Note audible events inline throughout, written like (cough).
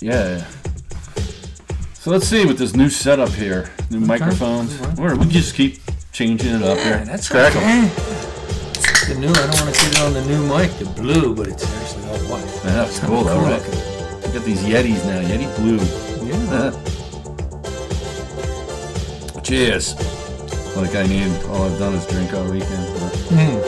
Yeah. So let's see with this new setup here, new microphones. Or we can just keep changing it up here. Yeah, that's Crack 'em. okay. The new, I don't want to put it on the new mic, the blue, but it's actually all white. Yeah, that's cool, though, Cool right? We got these Yetis now, Yeti Blue. (laughs) looking. Yeah. Cheers. Like I need, all I've done is drink all weekend. but- Mm.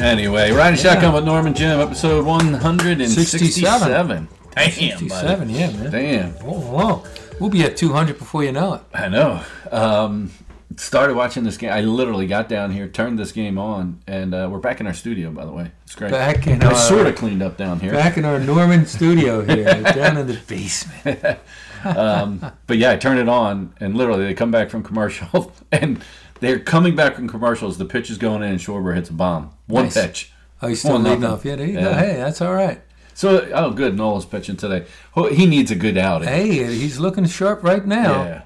Anyway, Riding Yeah. Shotgun with Norman Jim, episode 167. Damn, 67, buddy. yeah, man. Damn. Whoa, whoa. We'll be at 200 before you know it. I know. Um, started watching this game. I literally got down here, turned this game on, and uh, we're back in our studio, by the way. It's great. Back in I our sort of cleaned up down here. back in our Norman studio here, (laughs) down in the basement. But yeah, I turn it on, and literally they come back from commercial, (laughs) and they're coming back from commercials. The pitch is going in, and Schwarber hits a bomb. One Nice. pitch. Oh, you still One leading nothing. off? Yeah, there you go. Yeah. Hey, that's all right. So, oh, good. Nola's pitching today. Ho- He needs a good outing. Hey, he's looking sharp right now. Yeah.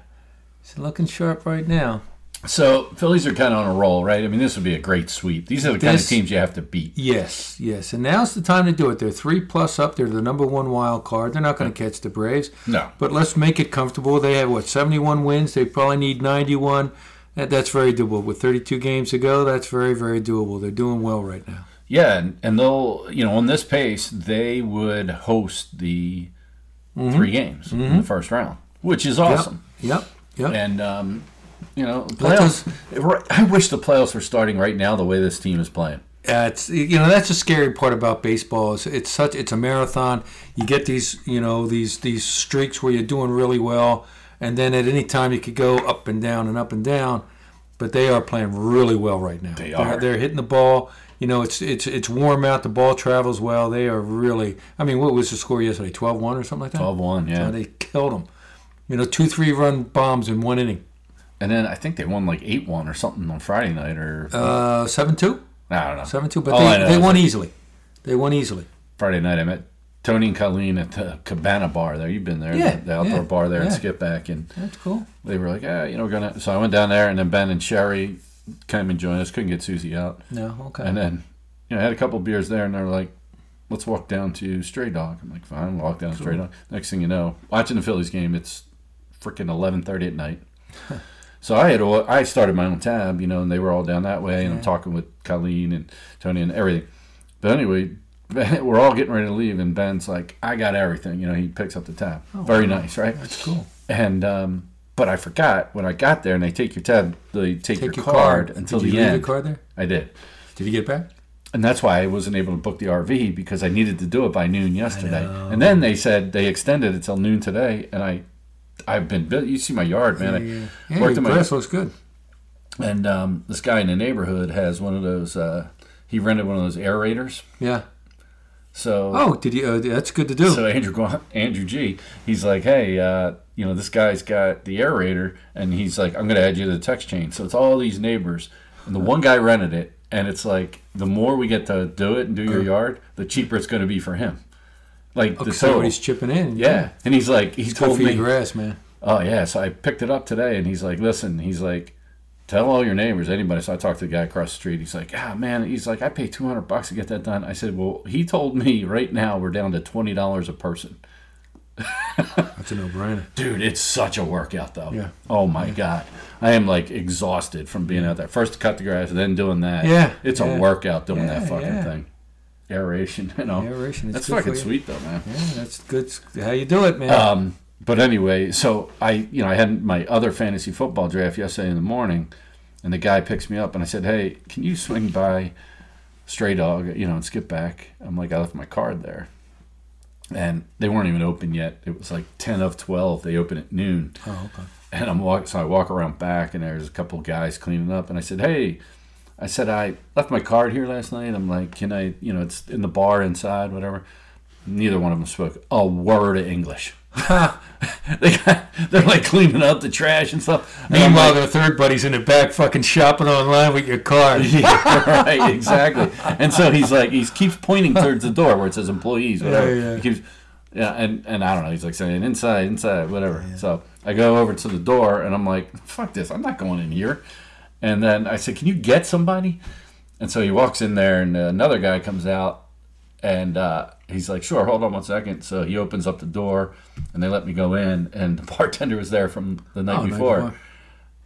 He's looking sharp right now. So, Phillies are kind of on a roll, right? I mean, this would be a great sweep. These are the kind of This- teams you have to beat. Yes, yes. And now's the time to do it. They're three plus up. They're the number one wild card. They're not going to catch the Braves. No. But let's make it comfortable. They have, what, 71 wins? They probably need 91. That, that's very doable. With 32 games to go, that's very, very doable. They're doing well right now. Yeah, and, and they'll, you know, on this pace, they would host the three games in the first round, which is awesome. Mm-hmm. Yep, yep. And, um, you know, Let playoffs. I wish the playoffs were starting right now the way this team is playing. Uh, it's you know that's the scary part about baseball is it's such it's a marathon. You get these you know these these streaks where you're doing really well, and then at any time you could go up and down and up and down. But they are playing really well right now. They They're- are. They're, hitting the ball. You know it's it's it's warm out. The ball travels well. They are really. I mean, what was the score yesterday? 12-1 or something like that. 12 1, So yeah. they killed them. You know, two three run bombs in one inning. And then I think they won like 8 1 or something on Friday night, or Uh, seven two, I don't know. seven two. But All Oh, I know they, they is won easily. They won easily. Friday night, I met Tony and Colleen at the Cabana Bar there. You've been there, Yeah, the, the outdoor yeah, bar there in yeah. Skipback. And That's cool. they were like, ah, you know, we're going to. So I went down there, and then Ben and Sherry came and joined us. Couldn't get Susie out. No, okay. And then, you know, I had a couple beers there, and they're like, let's walk down to Stray Dog. I'm like, fine, walk down to Stray Dog. Next thing you know, watching the Phillies game, it's freaking 11.30 at (laughs) night. so I had all, I started my own tab, you know, and they were all down that way, and I'm talking with Colleen and Tony and everything. But anyway, (laughs) we're all getting ready to leave, and Ben's like, I got everything. You know, he picks up the tab. Oh, Very nice, right? That's cool. And, um, but I forgot when I got there, and they take your tab, they take, your, Take your card, card, until Did you the leave end. Your card there? I did Did you get it back? and that's why I wasn't able to book the RV because I needed to do it by noon yesterday. know. And then they said they extended it till noon today, and I, I've been bu- you see my yard, man. I Yeah, worked your in my grass looks good. and um, this guy in the neighborhood has one of those. Uh, he rented one of those aerators, Yeah. so Oh, did you? Uh, that's good to do. (laughs) So Andrew Gu- Andrew G, he's like, hey, uh, you know, this guy's got the aerator, and he's like, I'm gonna add you to the text chain. So it's all these neighbors, and the one guy rented it, and it's like, the more we get to do it and do your yard, the cheaper it's gonna be for him. Like the so total, everybody's chipping in. yeah. And he's like, he It's good told for me, your grass, man. oh yeah. So I picked it up today, and he's like, listen, he's like. Tell all your neighbors, anybody. So I talked to the guy across the street. He's like, "Ah, man." He's like, "I pay two hundred bucks to get that done." I said, "Well, he told me right now we're down to twenty dollars a person." That's a no-brainer. Dude, it's such a workout though. Yeah. Oh my god, I am like exhausted from being out there. First to cut the grass, then doing that. Yeah, It's yeah. a workout doing Yeah, that fucking yeah. thing. Aeration, (laughs) you know. Aeration, That's it's good fucking for you. sweet though, man. Yeah, that's good. s- How you do it, man? Um, but anyway, so I, you know, I had my other fantasy football draft yesterday in the morning, and the guy picks me up, and I said, "Hey, can you swing by Stray Dog, you know, and skip back?" I'm like, "I left my card there," and they weren't even open yet. It was like ten of twelve. They open at noon, oh, okay. and I'm walking. So I walk around back, and there's a couple guys cleaning up, and I said, "Hey." I said I left my card here last night. I'm like, can I, you know, it's in the bar inside, whatever. Neither one of them spoke a word of English (laughs) they got, they're like cleaning up the trash and stuff. And I'm like, Meanwhile, their third buddy's in the back, fucking shopping online with your car. yeah, (laughs) right, exactly. And so he's like, he keeps pointing towards the door where it says employees, whatever. Yeah, yeah. He keeps, yeah, and and I don't know. He's like saying inside, inside, whatever. So I go over to the door and I'm like, fuck this, I'm not going in here. And then I said, can you get somebody? And so he walks in there, and another guy comes out, and uh, he's like, sure, hold on one second. So he opens up the door, and they let me go in. And the (laughs) bartender was there from the night Oh, night before, before.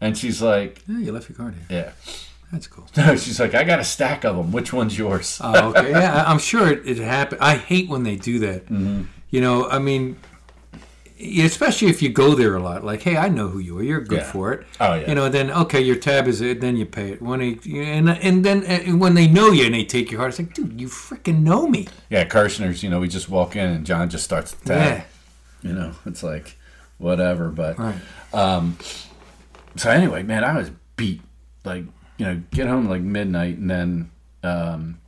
and she's like, Yeah, you left your card here. yeah. That's cool. (laughs) she's like, I got a stack of them. Which one's yours? Oh, okay. Yeah, I- I'm sure it, it happened. I hate when they do that. Mm-hmm. You know, I mean, y- especially if you go there a lot. Like, hey, I know who you are. You're good Yeah. for it. Oh, yeah. You know, then okay, your tab is it. Then you pay it. When they, and and then uh, when they know you and they take your heart, it's like, dude, you freaking know me. yeah, Kirshner's. You know, we just walk in, and John just starts to tap. Yeah. You know, it's like, whatever. But um, Right. so anyway, man, I was beat. Like, you know, get home like midnight, and then um,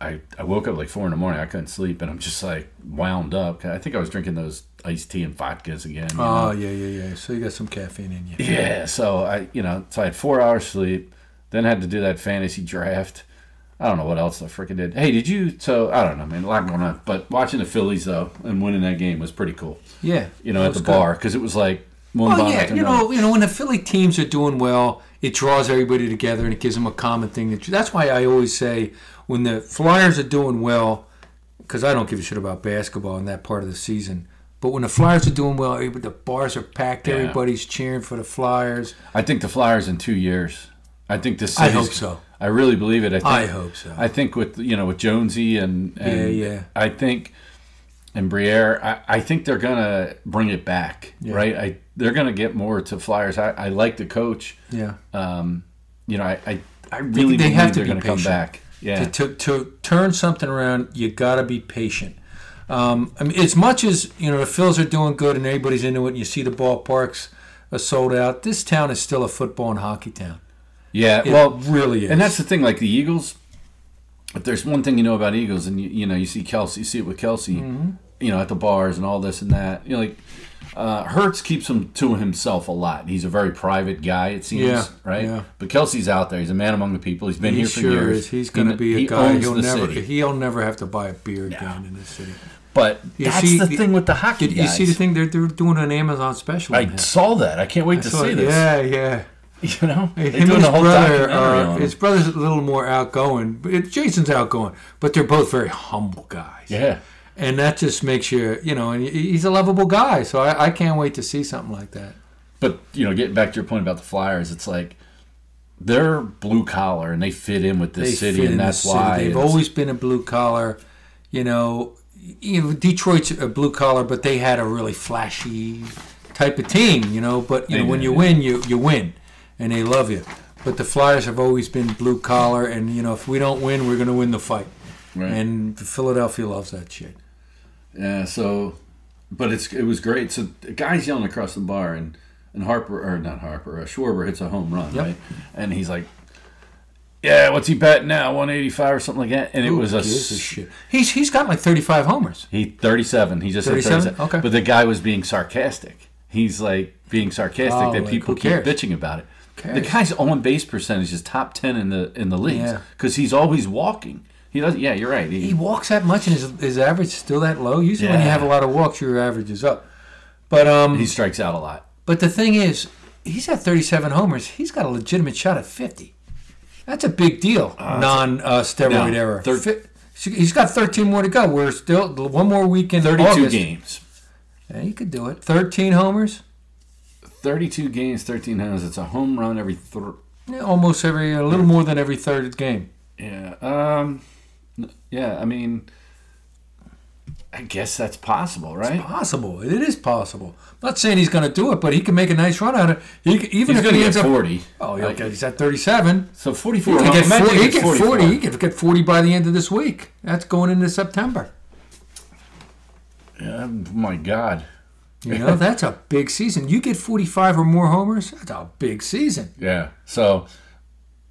I I woke up like four in the morning. I couldn't sleep, and I'm just like wound up. I think I was drinking those iced tea and vodkas again. you know? Oh yeah, yeah, yeah. So you got some caffeine in you. Yeah, so I, you know, so I had four hours sleep, then had to do that fantasy draft. I don't know what else I freaking did. Hey, did you? So I don't know, man. A lot going on, but watching the Phillies though and winning that game was pretty cool. Yeah. You know, at That's the good. bar because it was like one Well, bottle yeah, after you another. know, you know, when the Philly teams are doing well, it draws everybody together and it gives them a common thing. That that's why I always say when the Flyers are doing well, because I don't give a shit about basketball in that part of the season. But when the Flyers are doing well, everybody- the bars are packed. Yeah. Everybody's cheering for the Flyers. I think the Flyers in two years. I think this. I city's- hope so. I really believe it. I think, I hope so. I think with you know with Jonesy and, and Yeah, yeah. I think and Briere, I, I think they're gonna bring it back, right? I they're gonna get more to Flyers. I, I like the coach. yeah, Um, you know, I I, I really they believe have to they're be gonna come patient. back. Yeah, to, to, to turn something around, you got to be patient. Um, I mean, as much as you know, the Phils are doing good and everybody's into it, and you see the ballparks are sold out. This town is still a football and hockey town. yeah. It well, really is. and that's the thing. Like the Eagles, if there's one thing you know about Eagles, and you, you know you see Kelsey, you see it with Kelsey, Mm-hmm. you know at the bars and all this and that. You know, like uh, Hertz keeps him to himself a lot. He's a very private guy, it seems, Yeah, right? yeah. But Kelsey's out there. He's a man among the people. He's been he here for sure years. is. He's He going to kn- be a he guy. owns He'll the never. city. He'll never have to buy a beer again in this city. But You that's see- the thing with the hockey Did you guys. see the thing they're, they're doing an Amazon special? on I him. saw that. I can't wait to So, see this. Yeah, yeah. (laughs) You know, they're Him and doing his a whole brother uh, documentary are. on him. His brother's a little more outgoing. But it, Jason's outgoing, but they're both very humble guys. Yeah. And that just makes you, you know, and he- he's a lovable guy. So I, I can't wait to see something like that. But you know, getting back to your point about the Flyers, it's like they're blue collar and they fit in with this They city, fit in and the that's city. why they've it's- always been a blue collar. You know, you know, Detroit's a blue collar, but they had a really flashy type of team. You know, but you They know when did, you yeah. win, you you win, and they love you. But the Flyers have always been blue collar, and you know if we don't win, we're going to win the fight. Right. And Philadelphia loves that shit. yeah. So, but it's it was great. So the guy's yelling across the bar, and and Harper or not Harper, uh, Schwarber hits a home run, Yep. right? And he's like, "Yeah, what's he batting now? One eighty five or something like that." And it Who was a, gives s- shit. He's he's got like thirty five homers. he thirty seven. He just 37? said thirty seven. Okay. But the guy was being sarcastic. He's like being sarcastic Oh, that like, people who keep cares? bitching about it. cares? The guy's on base percentage is top ten in the in the leagues Yeah. because he's always walking. He doesn't. Yeah, you're right. He- he walks that much and his, his average is still that low. Usually when you Yeah. have a lot of walks, your average is up. But um, he strikes out a lot. But the thing is, he's at 37 homers. He's got a legitimate shot at 50. That's a big deal. Non uh, steroid No, error. thir- Fi- he's got 13 more to go. We're still one more week in Thirty two August. games. Yeah, he could do it. 13 homers. 32 games, 13 runs. It's a home run every thr Yeah, almost every a little more than every third game. Yeah. Um. n- Yeah. I mean, I guess that's possible, right? Possible. It is possible. I'm not saying he's going to do it, but he can make a nice run out of it. He c even He's if going to he get ends up. 40. Oh, yeah, Like, okay. He's at 37. So He 44. could get Imagine 40. he He gets could 44. 40. He could get 40 by the end of this week. That's going into September. Yeah, oh my God. You know, that's a big season. You get 45 or more homers, that's a big season. Yeah. So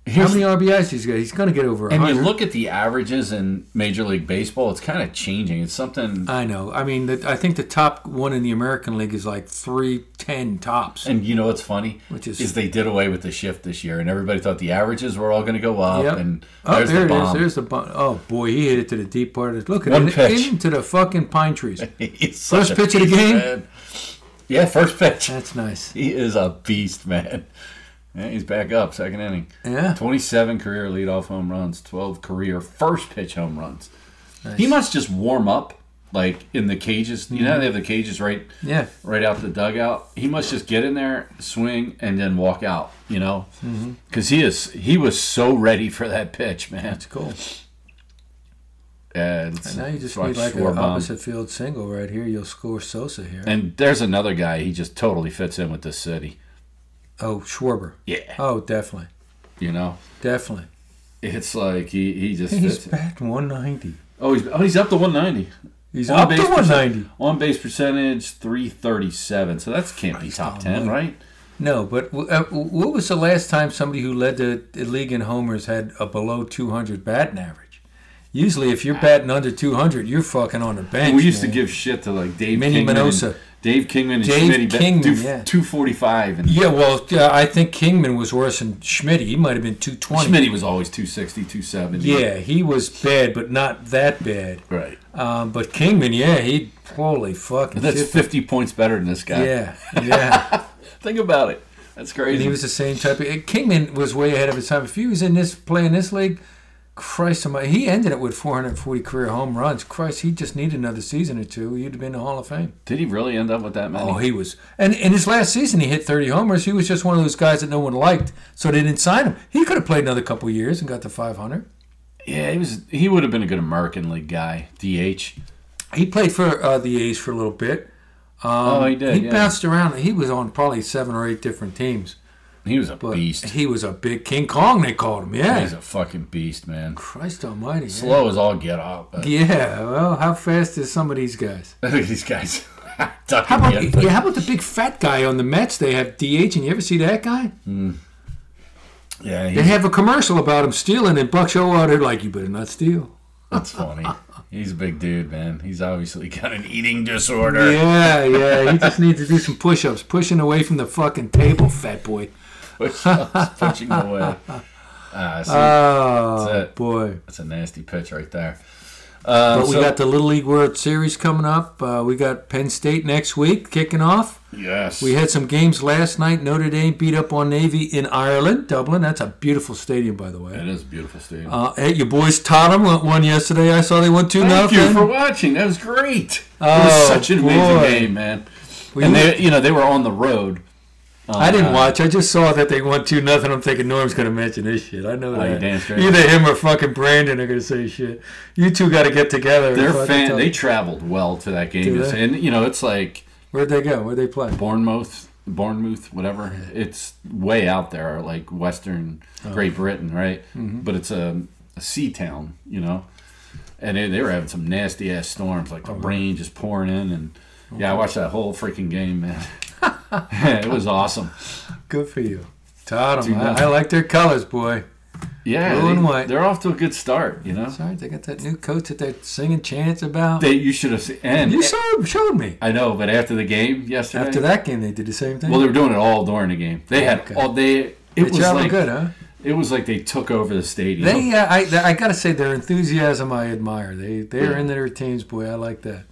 How here's many RBIs he's got? He's going to get over and you 100. look at the averages in Major League Baseball. It's kind of changing. It's something. I know. I mean, the, I think the top one in the American League is like 310 tops. And you know what's funny? Which is- they did away with the shift this year, and everybody thought the averages were all going to go up. Yep. And Oh, there's there the it is. bomb. There's the bomb. Oh, boy, he hit it to the deep part of it. Look at One it. pitch. Into the fucking (laughs) pine trees. (laughs) He's such First a pitch of the beast, game? man. Yeah, first pitch. That's nice. He is a beast, man. Yeah, he's back up, second inning. Yeah. 27 career leadoff home runs, 12 career first pitch home runs. He must just warm up like in the cages. You Mm-hmm. know, how they have the cages right Yeah. right out the dugout. He must just get in there, swing, and then walk out. You know, Mm-hmm. because he is he was so ready for that pitch, man. That's cool. And Now you just so I need like an swore bomb. opposite field single right here. You'll score Sosa here. And there's another guy. He just totally fits in with this city. Oh, Schwarber. Yeah, Oh, definitely. you know, Definitely. it's like he he just He's fits. in. batting 190. Oh, he's oh he's up to 190 He's On up to base percent- 190. on base percentage 337. So that can't be top ten, right? No, but w- uh, what was the last time somebody who led the the league in homers had a below 200 batting average? Usually, if you're batting under 200, you're fucking on the bench. We used to man. give shit to like Dave Manny Kingman. Minosa. And, Dave Kingman and Dave Schmitty Kingman, do, yeah. 245 and Yeah, well, uh, I think Kingman was worse than Schmidt. He might have been 220. Schmitty was always 260, 270. Yeah, he was bad, but not that bad. Right. Um, but Kingman, yeah, he holy fucking That's shit. 50 points better than this guy. Yeah, yeah. Think about it. That's and crazy. he was the same type of. eh, Kingman was way ahead of his time. If he was in this playing this league, Christ, almighty, he ended it with 440 career home runs. Christ, he just needed another season or two. He'd have been in the Hall of Fame. Did he really end up with that many? Oh, he was. And in his last season, he hit 30 homers. He was just one of those guys that no one liked, so they didn't sign him. He could have played another couple years and got to 500. yeah, he was. He would have been a good American League guy. DH. He played for uh, the A's for a little bit. oh, he did. Um, he yeah. bounced around. He was on probably seven or eight different teams. he was a But beast. he was a big King Kong. They called him. Yeah. He's a fucking beast, man. Christ Almighty. yeah. Slow as all get out. but- (laughs) Yeah. Well, how fast is some of these guys? I think these guys. (laughs) ducking How about the yeah. input. How about the big fat guy on the Mets? They have DH, and you ever see that guy? Yeah, (laughs) They he's, have a commercial about him stealing, and Buck Showalter like, "You better not steal." that's funny. He's a big dude, man. He's obviously got an eating disorder. (laughs) Yeah, yeah. He just needs to do some push-ups, pushing away from the fucking table, fat boy. Push- pushing away. Ah, see, Oh That's it. boy. that's a nasty pitch right there. Uh, But we so- got the Little League World Series coming up. Uh, we got Penn State next week kicking off. yes. We had some games last night. Notre Dame beat up on Navy in Ireland, Dublin. That's a beautiful stadium, by the way. It is a beautiful stadium. Uh, hey, your boys Tottenham won- won yesterday. I saw they won two Thank you nothing. for watching. That was great. it Oh, was such an amazing boy. game, man. Were and you- they, you know, they were on the road. I didn't Uh, watch. I just saw that they won two nothing. I'm thinking Norm's going to mention this shit. I know Oh, you that. damn straight. Either him or fucking Brandon are going to say shit. You two got to get together. and Their fucking fan, talk. they traveled well to that game, Do they? and you know, it's like Where'd they go? Where'd they play? Bournemouth, Bournemouth, whatever. It's way out there, like Western Oh. Great Britain, right? Mm-hmm. But it's a, a sea town, you know. And they, they were having some nasty ass storms, Oh, like the rain just pouring in, and yeah, I watched that whole freaking game, (laughs) man. (laughs) it was awesome. Good for you. Tottenham. Two I, I nothing. like their colors, boy. Yeah, Blue and they, white. are off to a good start, you know. Sorry, they got that new coach that they're singing chants about. They, you should have seen. And you saw, showed me. I know, but after the game yesterday, After that game, they did the same thing. well, they were doing it all during the game. They had Okay. all they. It they was travel like good, huh? it was like they took over the stadium. They, uh, I, I gotta say, their enthusiasm I admire. They, they're into their teams, boy. I like that.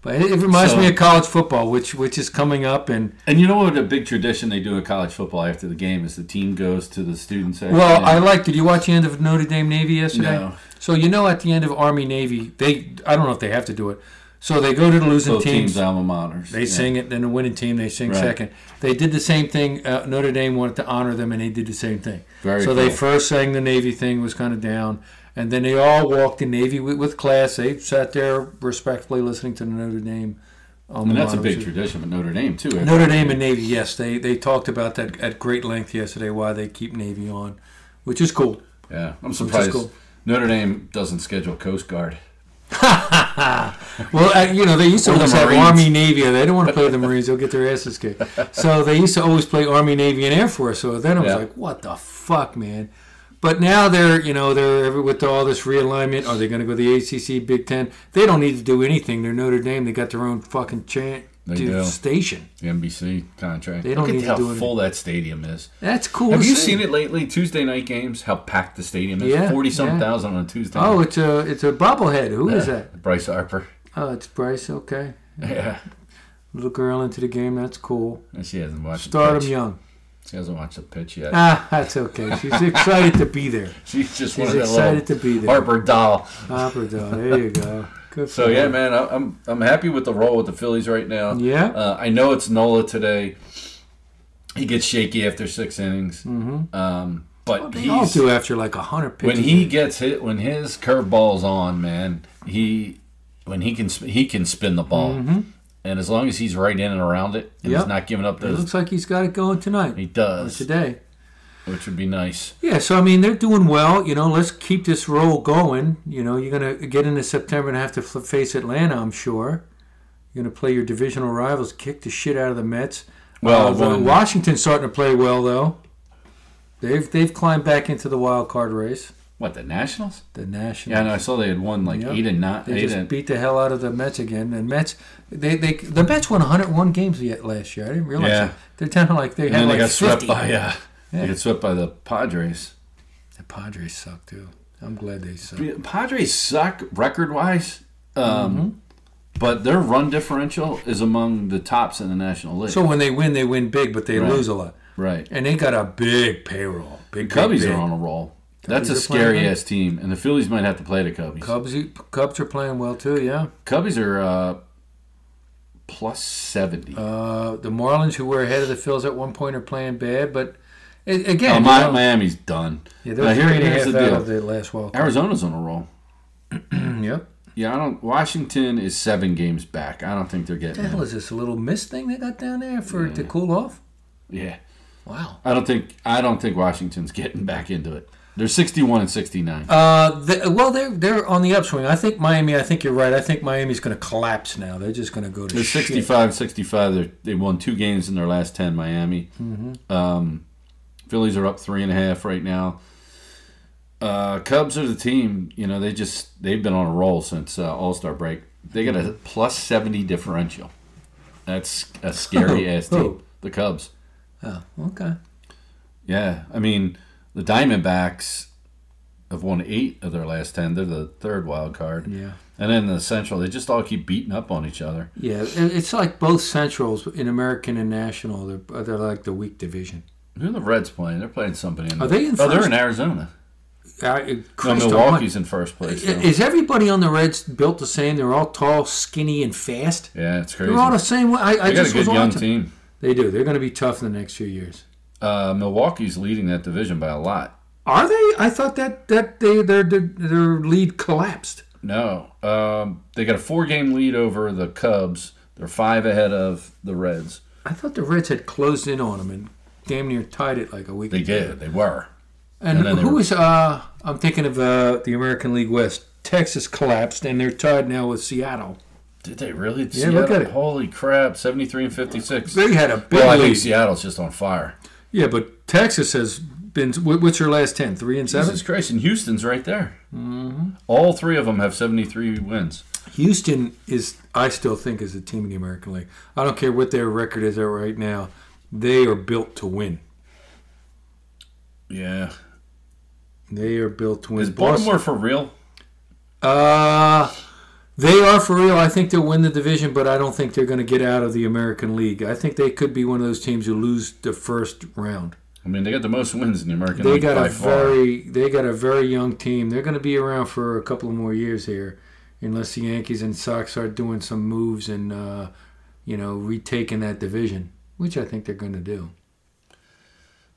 But it, it reminds So- me of college football, which, which is coming up. And And you know what a big tradition they do in college football after the game is the team goes to the student section. well, and- I like. Did you watch the end of Notre Dame Navy yesterday? No. So you know, at the end of Army Navy, they, I don't know if they have to do it. So they go to the losing both teams, teams. alma maters. They Yeah. sing it, then the winning team they sing Right. second. They did the same thing. Uh, Notre Dame wanted to honor them, and they did the same thing. Very so they cool. first sang the Navy thing was kind of down, and then they all walked in Navy with, with class. They sat there respectfully listening to the Notre Dame. alma and that's a mater. big tradition with Notre Dame too. Notre Dame and Navy. Yes, they they talked about that at great length yesterday. Why they keep Navy on, which is cool. yeah, I'm surprised cool. Notre Dame doesn't schedule Coast Guard. Well, uh, you know, they used to Or the always have Marines. Army Navy. They don't want to play the Marines; they'll get their asses kicked. So they used to always play Army Navy and Air Force. So then I was Yeah. like, "What the fuck, man?" But now they're, you know, they're every- with all this realignment. Are they going to go to the ACC, Big Ten? They don't need to do anything. They're Notre Dame. They got their own fucking chant They dude, do. station. The NBC contract. They don't Look at need to how do anything. full that stadium is. That's cool. Have to you see. seen it lately? Tuesday night games, how packed the stadium is. Yeah, Forty some yeah. thousand on a Tuesday. Oh, it's a it's a bobblehead. Who is that? Bryce Harper. (laughs) Oh, it's Bryce. Okay, Yeah, little girl into the game. That's cool. and she hasn't watched. Start the them pitch. young. She hasn't watched the pitch yet. Ah, that's okay. She's excited to be there. She's just one She's of that little excited to be there. Harper doll. Opera doll. There you go. Good So for yeah, her. man, I- I'm I'm happy with the role with the Phillies right now. Yeah. Uh, I know it's Nola today. He gets shaky after six innings, Mhm. um, but Well, they all he's, do after like a hundred pitches. when he gets hit, when his curveball's on, man, he when he can sp- he can spin the ball, and as long as he's right in and around it, and Mm-hmm. Yep. he's not giving up it those, looks like he's got it going tonight he or does, today. which would be nice. Yeah, so I mean they're doing well. You know, let's keep this roll going. You know, you're gonna get into September and have to fl- face Atlanta. I'm sure. You're gonna play your divisional rivals, kick the shit out of the Mets. Well, Uh, the- one- Washington's starting to play well though. They've they've climbed back into the wild card race. What the Nationals? The Nationals. Yeah, and I saw they had won like Yep. eight and not They eight just and beat the hell out of the Mets again. And Mets, they, they the Mets won 101 games yet last year. I didn't realize Yeah. that. They're down to like they and had then like they got 50. swept by uh, Yeah. they got swept by the Padres. The Padres suck too. I'm glad they suck. Yeah, Padres suck record wise, um, Mm-hmm. but their run differential is among the tops in the National League. So when they win, they win big, but they Right. lose a lot. right, And they got a big payroll. Big the Cubbies big, are on a roll. That's are a playing scary good. ass team, and the Phillies might have to play the Cubbies. big. Cubs. Cubs are playing well too. Yeah. Cubbies are uh, plus seventy. Uh, the Marlins, who were ahead of the Phils at one point, are playing bad. But a- again, Oh, you Mi- know, Miami's done. yeah, now they're here- three and a here's half the out deal. Mm, of the last wild. card. Arizona's on a roll. yep. Yeah, I don't. Washington is seven games back. I don't think they're What getting. the (laughs) it. hell is this? A little mist thing they got down there for it to Mm. cool off? Yeah, Wow. I don't think. I don't think Washington's (laughs) getting back into it. They're sixty-one and sixty-nine. Uh, the, well, they're they're on the upswing. I think Miami. I think you're right. I think Miami's going to collapse now. They're just going to go to They're shit. 65 65. They're, they won two games in their last 10, Miami. Mm-hmm. Um, Phillies are up three and a half right now. Uh, Cubs are the team. You know, they just, they've been on a roll since uh, All Star break. They got Mm-hmm. a plus 70 differential. That's a scary ass Who? team. The Cubs. Oh, okay. Yeah. I mean, the Diamondbacks have won eight of their last 10. They're the third wild card. Yeah. And then the Central, they just all keep beating up on each other. Yeah. it- It's like both Centrals in American and National. They're they're like the weak division. Who are the Reds playing? They're playing somebody in Are they in Oh, they're first? in Arizona. Uh, No, Christ Milwaukee's in first place. almighty. though. Is everybody on the Reds built the same? They're all tall, skinny, and fast. yeah, it's crazy. They're all the same. way. I, I They got a just good was young watching. team. They do. They're going to be tough in the next few years. Uh, Milwaukee's leading that division by a lot. Are they? I thought that that they their their, their lead collapsed. No, um, they got a four-game lead over the Cubs. They're five ahead of the Reds. I thought the Reds had closed in on them and damn near tied it like a week. They ago. did. They were. And, And then they who were- was? Uh, I'm thinking of uh, the American League West. Texas collapsed, and they're tied now with Seattle. Did they really? Yeah, look at it. Holy crap! Seventy-three and fifty-six. They had a big Well, I think lead. Seattle's just on fire. Yeah, but Texas has been. wh- What's your last ten? Three and seven. Mm-hmm. Jesus Christ! And Houston's right there. All three of them have seventy-three wins. Houston is. I still think is a team in the American League. I don't care what their record is at right now. They are built to win. Yeah. They are built to win. Is Baltimore for real? Uh they are for real. I think they'll win the division, but I don't think they're going to get out of the American League. I think they could be one of those teams who lose the first round. I mean, they got the most wins in the American They League got by a far. very they got a very young team. They're going to be around for a couple of more years here, unless the Yankees and Sox start doing some moves and uh, you know retaking that division, which I think they're going to do.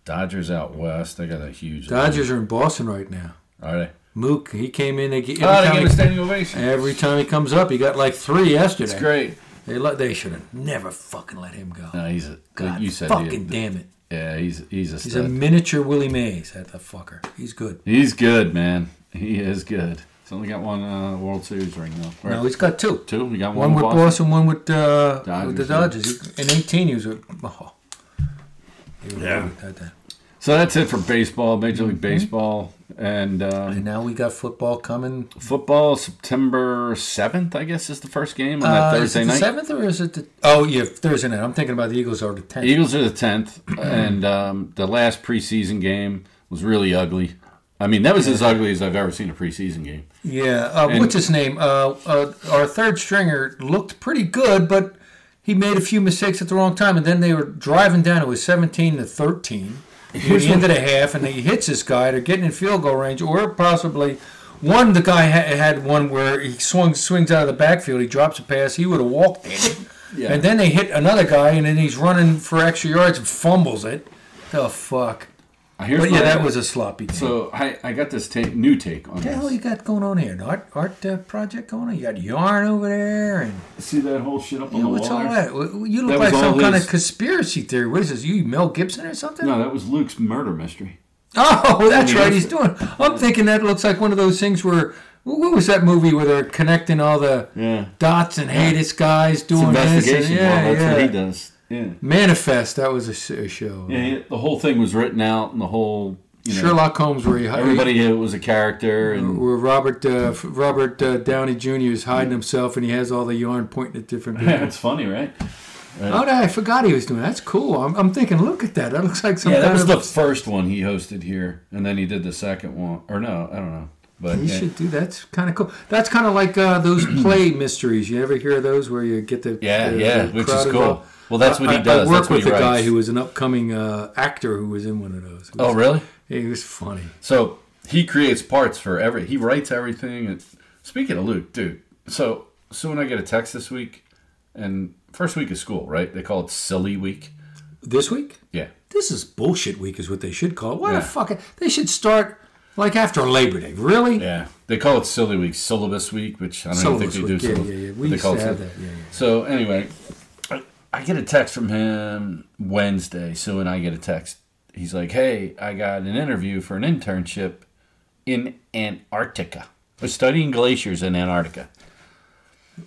Dodgers out west. They got a huge. Dodgers are in Boston right now. Are they? Mook he came in. They, every, Oh, they time gave a he, standing ovation. every time he comes up, he got like three yesterday. It's great. They let, they should have never fucking let him go. No, he's a. God, you said fucking he, damn it! yeah, he's he's a He's stud. a miniature Willie Mays. That the fucker. He's good. he's good, man. He is good. He's only got one uh, World Series ring though. Or No, he's got two. two. We got One one, with Boston. Boston, one with, uh, with the Dodgers, yeah. Dodgers. He- In 18, he was with. Oh. He was Yeah. really good at that. So that's it for baseball, Major Mm-hmm. League Baseball, and And um, now we got football coming. football. September seventh, I guess, is the first game on Uh, that is it Thursday the night. seventh or is it the? Oh yeah, Thursday night. I'm thinking about the Eagles are the tenth. Eagles are the (clears throat) tenth, and um, the last preseason game was really ugly. I mean, that was as ugly as I've ever seen a preseason game. Yeah, uh, what's his name? Uh, uh, our third stringer looked pretty good, but he made a few mistakes at the wrong time, and then they were driving down. It was 17 to 13. Near the end of the half, and he hits this guy. They're getting in field goal range, or possibly one. The guy ha- had one where he swung, swings out of the backfield. He drops a pass. He would have walked it. Yeah. And then they hit another guy, and then he's running for extra yards and fumbles it. The fuck. Here's but yeah, my- that was a sloppy. Game. So I, I got this take, new take on What the hell this. you got going on here? An art art uh, project going on? You got yarn over there, and See that whole shit up on you know, the what's wall? all there? that? W- You look That like was some all kind of his. conspiracy theory. What is this? You Mel Gibson or something? No, that was Luke's murder mystery. (laughs) Oh, that's Yeah. (laughs) right. He's doing. I'm thinking that looks like one of those things where what was that movie where they're connecting all the Yeah. dots and hey, this guy's It's doing this. investigation. And, Yeah, yeah, that's yeah. what he does. Yeah. Manifest. That was a, s- a show. yeah. he- The whole thing was written out, and the whole you know, Sherlock Holmes, where he, everybody here was a character, (laughs) and where Robert uh, F- Robert uh, Downey Jr. is hiding himself, and he has all the yarn pointing (laughs) at different people. yeah, it's funny, right? Oh, no, I forgot he was doing. that. That's cool. I'm, I'm thinking, look at that. That looks like some Yeah, that kind was of. the first one he hosted here, and then he did the second one, or no, I don't know, but you yeah. should do that's kind of cool. That's kind of like (clears throat) uh, those play mysteries. You ever hear those where you get the Yeah, the- yeah, the which is crowded cool. all- Well, that's what he I- I, does. I work That's what with he a guy writes. who was an upcoming uh, actor who was in one of those. It oh was- really? he was funny. So he creates parts for every. He writes everything. And speaking of Luke, dude. So soon I get a text this week, and first week of school, right? They call it silly week. This week, Yeah. this is bullshit week, is what they should call it. What Yeah. a fucking! They should start like after Labor Day. Really? Yeah, they call it silly week, syllabus week, which I don't even think Syllabus they week. do. Yeah, syllabus, yeah, yeah. but We they used call to it have that. syllabus. Yeah, yeah. So anyway, I- I get a text from him Wednesday. So and I get a text. He's like, "Hey, I got an interview for an internship in Antarctica. We're studying glaciers in Antarctica."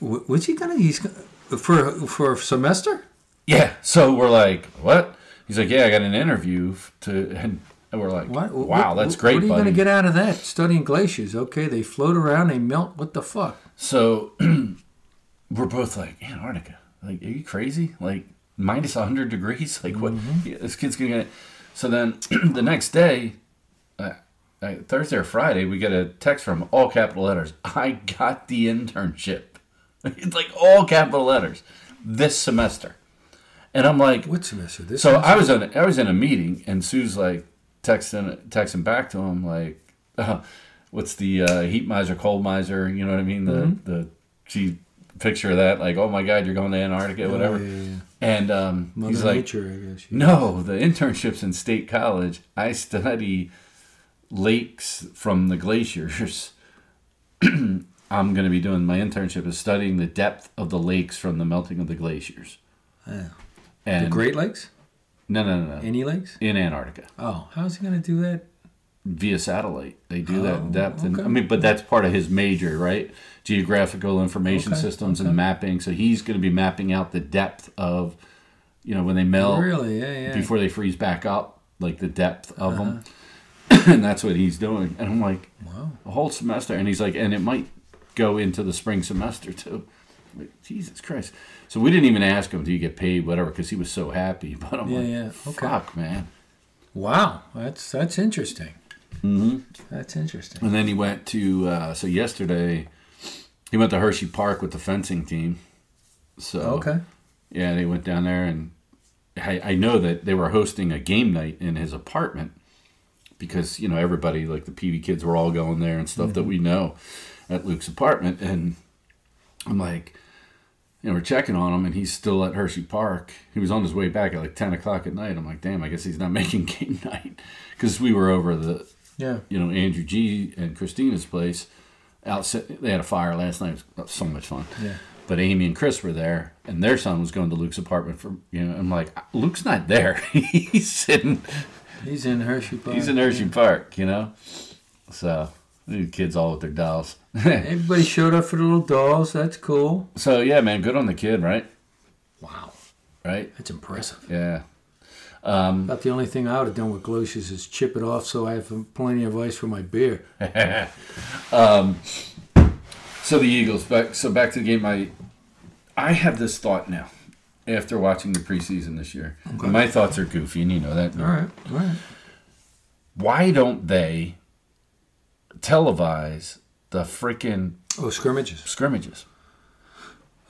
W- Was he gonna? He's gonna, for for a semester. Yeah. So we're like, "What?" He's like, "Yeah, I got an interview f- to," and we're like, What? what- "Wow, what- that's great, What are you buddy." gonna get out of that? Studying glaciers. Okay, they float around, they melt. What the fuck? So (clears throat) we're both like, Antarctica, like, are you crazy? Like, minus 100 degrees? (laughs) Like, what? Mm-hmm. Yeah, this kid's gonna get it. So then (clears throat) the next day, uh, uh, Thursday or Friday, we get a text from all capital letters I got the internship. (laughs) It's like all capital letters this semester. And I'm like, What semester? This. so one? I was on I was in a meeting and Sue's like texting texting back to him like, uh, what's the uh, heat miser cold miser? You know what I mean? The Mm-hmm. the she picture of that like oh my god you're going to Antarctica whatever. yeah, yeah. And um, Mother he's like Nature, I guess. yeah. no the internships in state college I study lakes from the glaciers. (clears throat) I'm going to be doing my internship is studying the depth of the lakes from the melting of the glaciers. Yeah. And The Great Lakes? no no no no Any lakes? in Antarctica Oh, how's he gonna do that? via satellite. They do that in depth, and I Oh, okay. mean, but that's part of his major, right? Geographical information Okay, systems and mapping. So he's going to be mapping out the depth of, you know, when they melt really? Yeah, yeah. before they freeze back up, like the depth of them, (clears throat) and that's what he's doing. And I'm like, Uh-huh. wow. a whole semester, and he's like, and it might go into the spring semester too. I'm Like, Jesus Christ! So we didn't even ask him, "Do you get paid?" Whatever, because he was so happy. (laughs) But I'm Yeah, like, yeah, okay. "Fuck, man!" Wow. That's that's interesting. Mm-hmm. That's interesting. And then he went to uh, so yesterday he went to Hershey Park with the fencing team. So Okay. yeah, they went down there and I, I know that they were hosting a game night in his apartment because you know everybody like the PV kids were all going there and stuff that we know at Luke's apartment and I'm like you know we're checking on him and he's still at Hershey Park. He was on his way back at like ten o'clock at night. I'm like damn, I guess he's not (laughs) making game night because we were over the Yeah. you know Andrew G and Christina's place. Outside, they had a fire last night. It was uh, so much fun. Yeah. But Amy and Chris were there, and their son was going to Luke's apartment for you know. I'm like, Luke's not there. (laughs) he's sitting. He's in Hershey Park. He's in Hershey Park, you know. So the kids all with their dolls. (laughs) Everybody showed up for the little dolls. That's cool. so yeah, man, good on the kid, right? Wow. Right? That's impressive. Yeah. Mm-hmm. About the only thing I would have done with glaciers is chip it off so I have plenty of ice for my beer. So the Eagles back. So back to the game. I I have this thought now after watching the preseason this year. My thoughts are goofy, and you know that. All right, all right. why don't they televise the freaking Oh, scrimmages. scrimmages?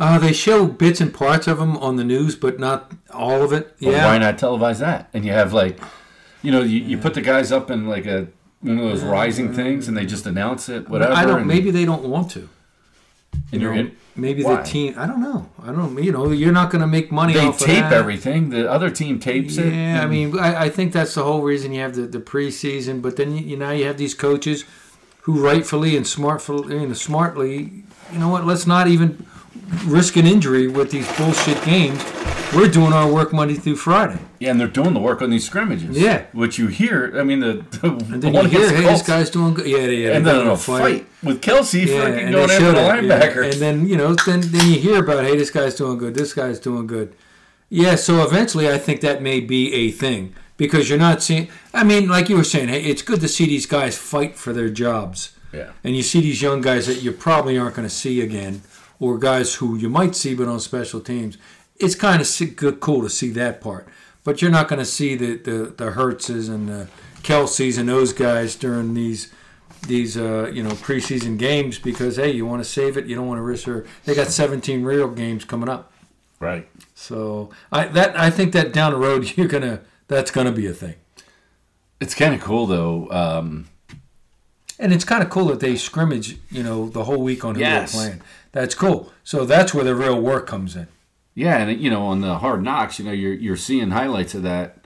Uh, they show bits and parts of them on the news, but not all of it. But Yeah, Why not televise that? And you have like, you know, you, you put the guys up in like a one of those rising things, and they just announce it, whatever. I don't. and- Maybe they don't want to. and you're in- Maybe Why? the team. I don't know. I don't. You know, you're not going to make money. They off of tape that. everything. The other team tapes it. Yeah, I and- mean, I, I think that's the whole reason you have the, the preseason. But then you, you now you have these coaches who rightfully and smartfully, you know, smartly, you know what? Let's not even risk an injury with these bullshit games. We're doing our work Monday through Friday, yeah, and they're doing the work on these scrimmages. Yeah. which you hear. I mean, the, the and then one you hear, against hey, this Colts, guy's doing good. Yeah, yeah, and they're then gonna a fight with Kelsey Yeah, freaking and going they after showed the it, yeah. linebacker. And then you know, then then you hear about, hey, this guy's doing good, this guy's doing good. Yeah, so eventually, I think that may be a thing because you're not seeing. I mean, like you were saying, hey, it's good to see these guys fight for their jobs, yeah, and you see these young guys that you probably aren't going to see again, or guys who you might see but on special teams. It's kind of si- good, cool to see that part, but you're not going to see the the the Hertzes and the Kelseys and those guys during these these uh, you know preseason games because hey, you want to save it, you don't want to risk her. They got 17 real games coming up, right. so I that I think that down the road (laughs) you're gonna that's gonna be a thing, It's kind of cool though. Um, and it's kind of cool that they scrimmage you know the whole week on who Yes. they're playing. That's cool. So that's where the real work comes in. yeah, and you know, on the Hard Knocks, you know, you're you're seeing highlights of that.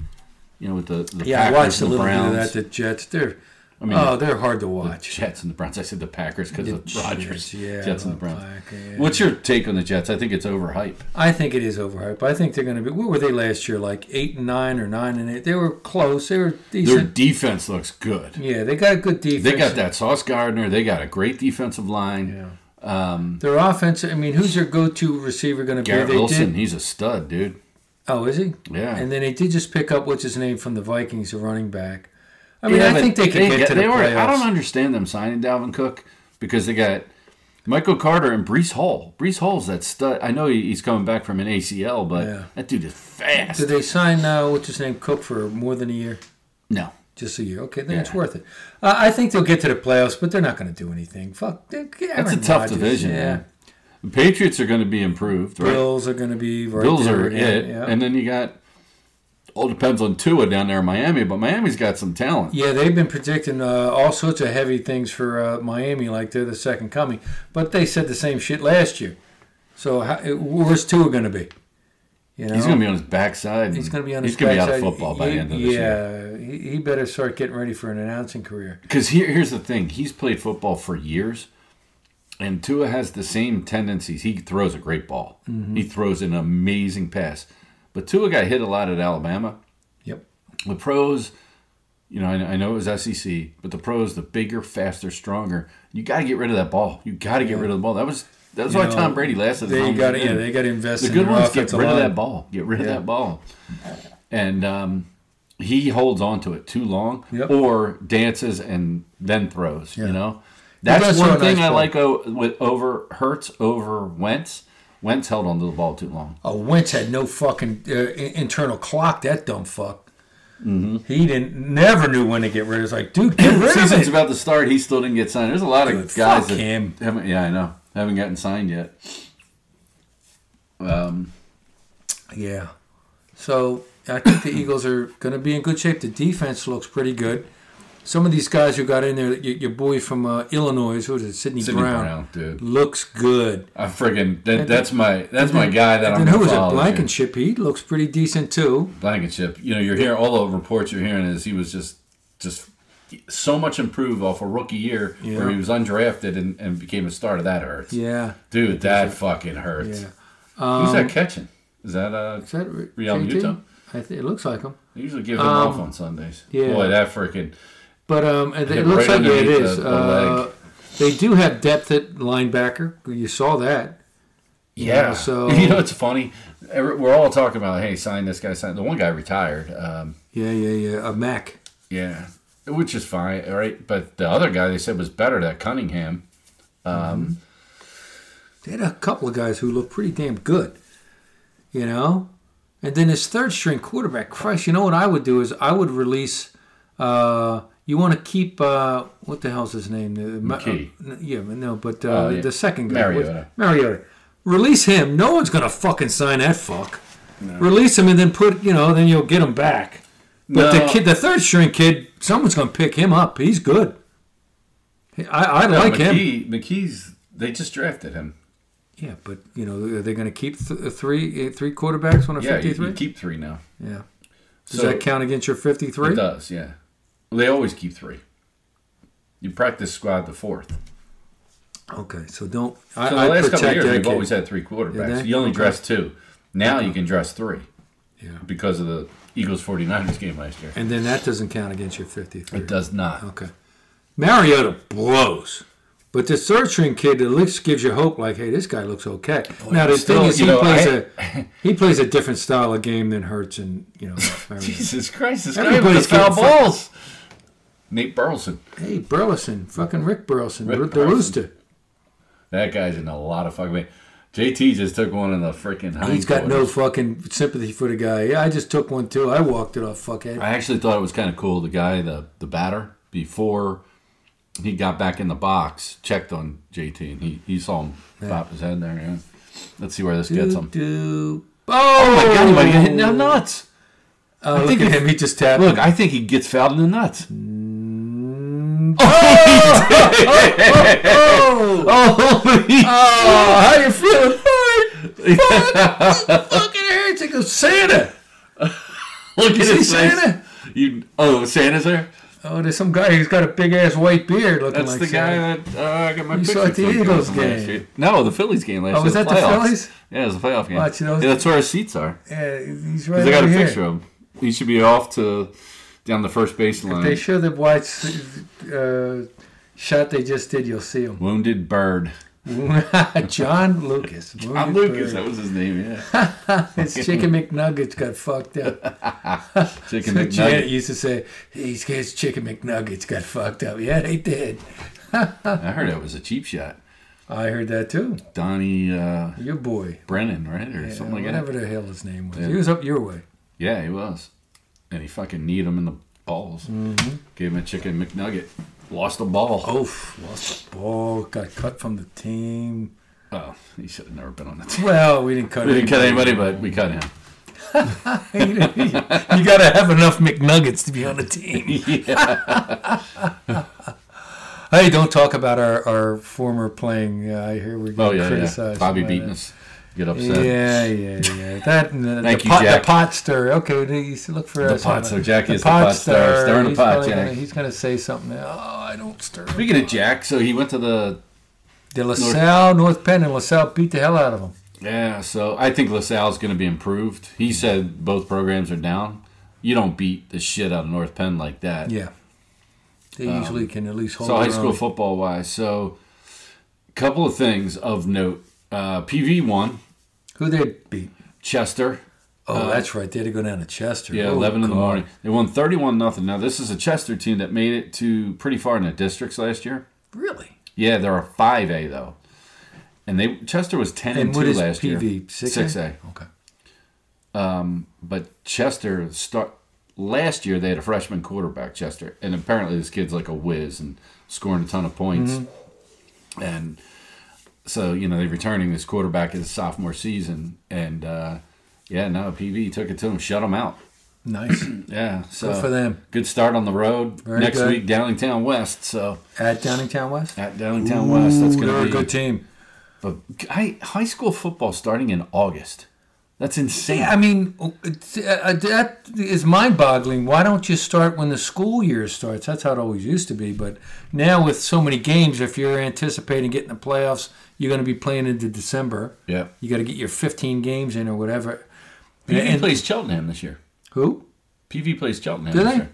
You know, with the, the Yeah, I Packers watched a and the little Browns. bit of that. The Jets, they're I mean, oh, they're hard to the watch. Jets and the Browns. I said the Packers because of The Rodgers. Jets, yeah, Jets and the Browns. Packer, yeah. What's your take on the Jets? I think it's overhype. I think it is overhyped. I think they're going to be. What were they last year? Like eight and nine or nine and eight? They were close. They were Their decent. defense looks good. yeah, they got a good defense. They got that Sauce Gardner. They got a great defensive line. Yeah. Um, Their offense. I mean, who's their go-to receiver going to be? Garrett They Wilson, Did, he's a stud, dude. oh, is he? Yeah. And then they did just pick up what's his name from the Vikings, a running back. I mean, Yeah, I but think they can get to the they were- playoffs. I don't understand them signing Dalvin Cook because they got Michael Carter and Brees Hall. Brees Hall's that stud. I know he- he's coming back from an ACL, but Yeah. that dude is fast. Did they sign uh, what's his name Cook for more than a year? no. Just a year. Okay, then it's Yeah. worth it. Uh, I think they'll get to the playoffs, but they're not going to do anything. Fuck. That's That's a tough division. Man. The Patriots are going to be improved, right? Bills are going to be right Bills there are again, it, yeah. and then you got all depends on Tua down there in Miami, but Miami's got some talent. Yeah, they've been predicting uh, all sorts of heavy things for uh, Miami, like they're the second coming. But they said the same shit last year. So how, where's Tua going to be? You know, He's going to be on his backside. he's going to be on He's his going to be out of backside. football by He- the end of this year. Yeah, he, he better start getting ready for an announcing career. Because here, here's the thing: he's played football for years, and Tua has the same tendencies. He throws a great ball. Mm-hmm. He throws an amazing pass, but Tua got hit a lot at Alabama. Yep. the pros you know I, I know it was sec but the pros the bigger faster stronger you got to get rid of that ball you got to get rid of the ball that was that was You why know, tom brady lasted as They long got as he yeah, did. they got to invest. the in good their ones get offensive rid of line. that ball get rid Yeah. of that ball and um he holds on to it too long Yep. or dances and then throws Yeah. you know does that's throw one a thing nice i ball. like o- with over hertz over wentz wentz held onto the ball too long Oh, Wentz had no fucking uh, in- internal clock. That dumb fuck. Mm-hmm. He didn't never knew when to get rid. It's like, (coughs) dude, get rid of season's it. about to start. He still didn't get signed. There's a lot of Dude, guys Oh, fuck that him. haven't. Yeah, I know. Haven't gotten signed yet. Um, Yeah. So I think the Eagles are going to be in good shape. The defense looks pretty good. Some of these guys who got in there, your, your boy from uh, Illinois, who is it, Sidney, Sidney Brown, Brown. dude. looks good. I friggin' that, that's my that's my guy that I'm and who gonna was it, follow. Blankenship. Blankenship? He looks pretty decent too. Blankenship. You know, you're hearing all the reports you're hearing is he was just just so much improved off a rookie year where Yeah. he was undrafted and, and became a starter. That hurts, Yeah. dude. That fucking hurts. Yeah. Um, Who's that catching? Is that uh? Is that R- Real JT? Muto? I th- it looks like him. They usually give him Um, off on Sundays. yeah. Boy, that freaking But um, it, Yeah, it looks right like yeah, it underneath is. the- the uh, leg. they do have depth at linebacker. You saw that. You Yeah. know, (laughs) so you know, it's funny. Every- We're all talking about, hey, sign this guy, sign the one guy retired. Um, yeah, yeah, yeah. A Mac. yeah, which is fine, all right. But the other guy they said was better, that Cunningham. They had a couple of guys who looked pretty damn good. You know, and then his third string quarterback. Christ, you know what I would do is I would release. Uh, you want to keep uh, what the hell's his name? The- Ma- McKee. uh, n- yeah, no, but uh, Oh, yeah. the second guy, Mariota. Mariota. Release him. No one's gonna fucking sign that fuck. Release him and then put you know then you'll get him back. But the No. kid, the third string kid, someone's gonna pick him up. He's good. I, I like him. McKee, McKee's. They just drafted him. Yeah, but you know they're gonna keep th- three eh, three quarterbacks on a Yeah, you, fifty you three. keep three now. Yeah. Does So- that count against your fifty It three? does, yeah. Well, they always keep three. You practice squad the fourth. Okay, so don't. I, So I the last protect couple of years, that we've kid. always had three quarterbacks. they? You only Okay. dress two. Now you can dress three Yeah. because of the Eagles 49ers game last year. And then that doesn't count against your 53. It does not. Okay. Mariota blows. But this third string kid at least gives you hope, like, hey, this guy looks okay. now the still, thing is, you he know, plays I- a (laughs) he plays a different style of game than Hurts and you know. (laughs) Mariota. Jesus Christ, this guy with the Everybody's foul getting fucked. balls. Nate Burleson. hey, Burleson, fucking Rick Burleson, Rick the Burleson. rooster. That guy's in a lot of fucking way. JT just took one in the freaking hindquarters. He's got no fucking sympathy for the guy. Yeah, I just took one too. I walked it off, fuckhead. I actually thought it was kind of cool. The guy, the the batter, before he got back in the box, checked on JT, and he, he saw him pop his head there. Yeah. Let's see where this gets him. Do- Oh, Oh my god, he might get hit in the nuts. Oh, look think at if- him. He just tapped. Look, I think he gets fouled in the nuts. Mm. Oh, (laughs) Oh, he- Oh, how you (laughs) feeling? Fine. Fine. Fucking hurts. It goes Santa. look at Is he his face. Santa? You, oh, Santa's there. Oh, there's some guy who's got a big ass white beard looking That's like the Santa. guy that uh, I got my You picture saw at the taken Eagles from last game. year. No, the Phillies game last year. Oh, was that the playoffs. Phillies? Yeah, it was a playoff game. Watch, you know- yeah, that's where our seats are. Yeah, he's right They got a over here. picture of him. He should be off to down the first baseline. They show the white s- uh, shot they just did. You'll see him. (laughs) Wounded Bird. John Lucas. Tom Wounded Lucas, that bird. was his name, yeah. His chicken McNuggets got fucked up. Chicken (laughs) So Janet McNugget. used to say, his, his chicken McNuggets got fucked up. Yeah, they did. I heard that was a cheap shot. I heard that too. Donnie uh, Your boy. Brennan, right? Or something like that. whatever the hell his name was. He was up your way. Yeah, he was. And he fucking kneed him in the balls. Gave him a chicken McNugget. Lost the ball. Oh, Oof, lost the ball, got cut from the team. Oh, he should have never been on the team. Well, (laughs) we didn't cut We didn't cut anybody. anybody, but we cut (laughs) him. (laughs) you gotta have enough McNuggets to be on the (laughs) team. hey, don't talk about our, our former playing. Yeah, I hear we're Oh, getting yeah, yeah. criticized. Bobby by beating that. us. Get upset. Yeah, yeah, yeah. That and the, Thank the you, pot, Jack. the pot stir. Okay, we need to look for The us. pot stir. Jack is the pot stir. Stir in the He's pot, probably Jack. Gonna, he's gonna say something. Oh, I don't stir. Speaking of Jack, so he went to the De La Salle, North Penn, and La Salle beat the hell out of them. Yeah, so I think LaSalle's going to be improved. Mm-hmm. He said both programs are down. You don't beat the shit out of North Penn like that. Yeah. They usually can at least hold Um, So high their school own. football wise, so couple of things of note. Uh, PV one, Who they beat? Chester. Oh, that's right. They had to go down to Chester. Uh, Yeah, Oh, eleven in the God. morning. They won thirty-one nothing. Now this is a Chester team that made it to pretty far in the districts last year. Really? Yeah, they're a five A though, and they Chester was ten and, And two what is last year. PV? 6A? Six A. Okay. But Chester start last year they had a freshman quarterback, Chester, and apparently this kid's like a whiz and scoring a ton of points. Mm-hmm. And so, you know, they're returning this quarterback in his sophomore season and uh yeah, no, PV took it to him, shut him out. Nice. Yeah, so Good for them. Good start on the road. Very Next good. week, Downingtown West. So At Downingtown West? at Downingtown West, that's Ooh, going they're to a be good team. But high, high school football starting in August. That's insane. Yeah, I mean, it's- uh, uh, that is mind boggling. Why don't you start when the school year starts? That's how it always used to be. But now, with so many games, if you're anticipating getting the playoffs, you're going to be playing into December. Yeah. You got to get your 15 games in or whatever. PV And- plays Cheltenham this year. Who? PV plays Cheltenham. Do this they? year.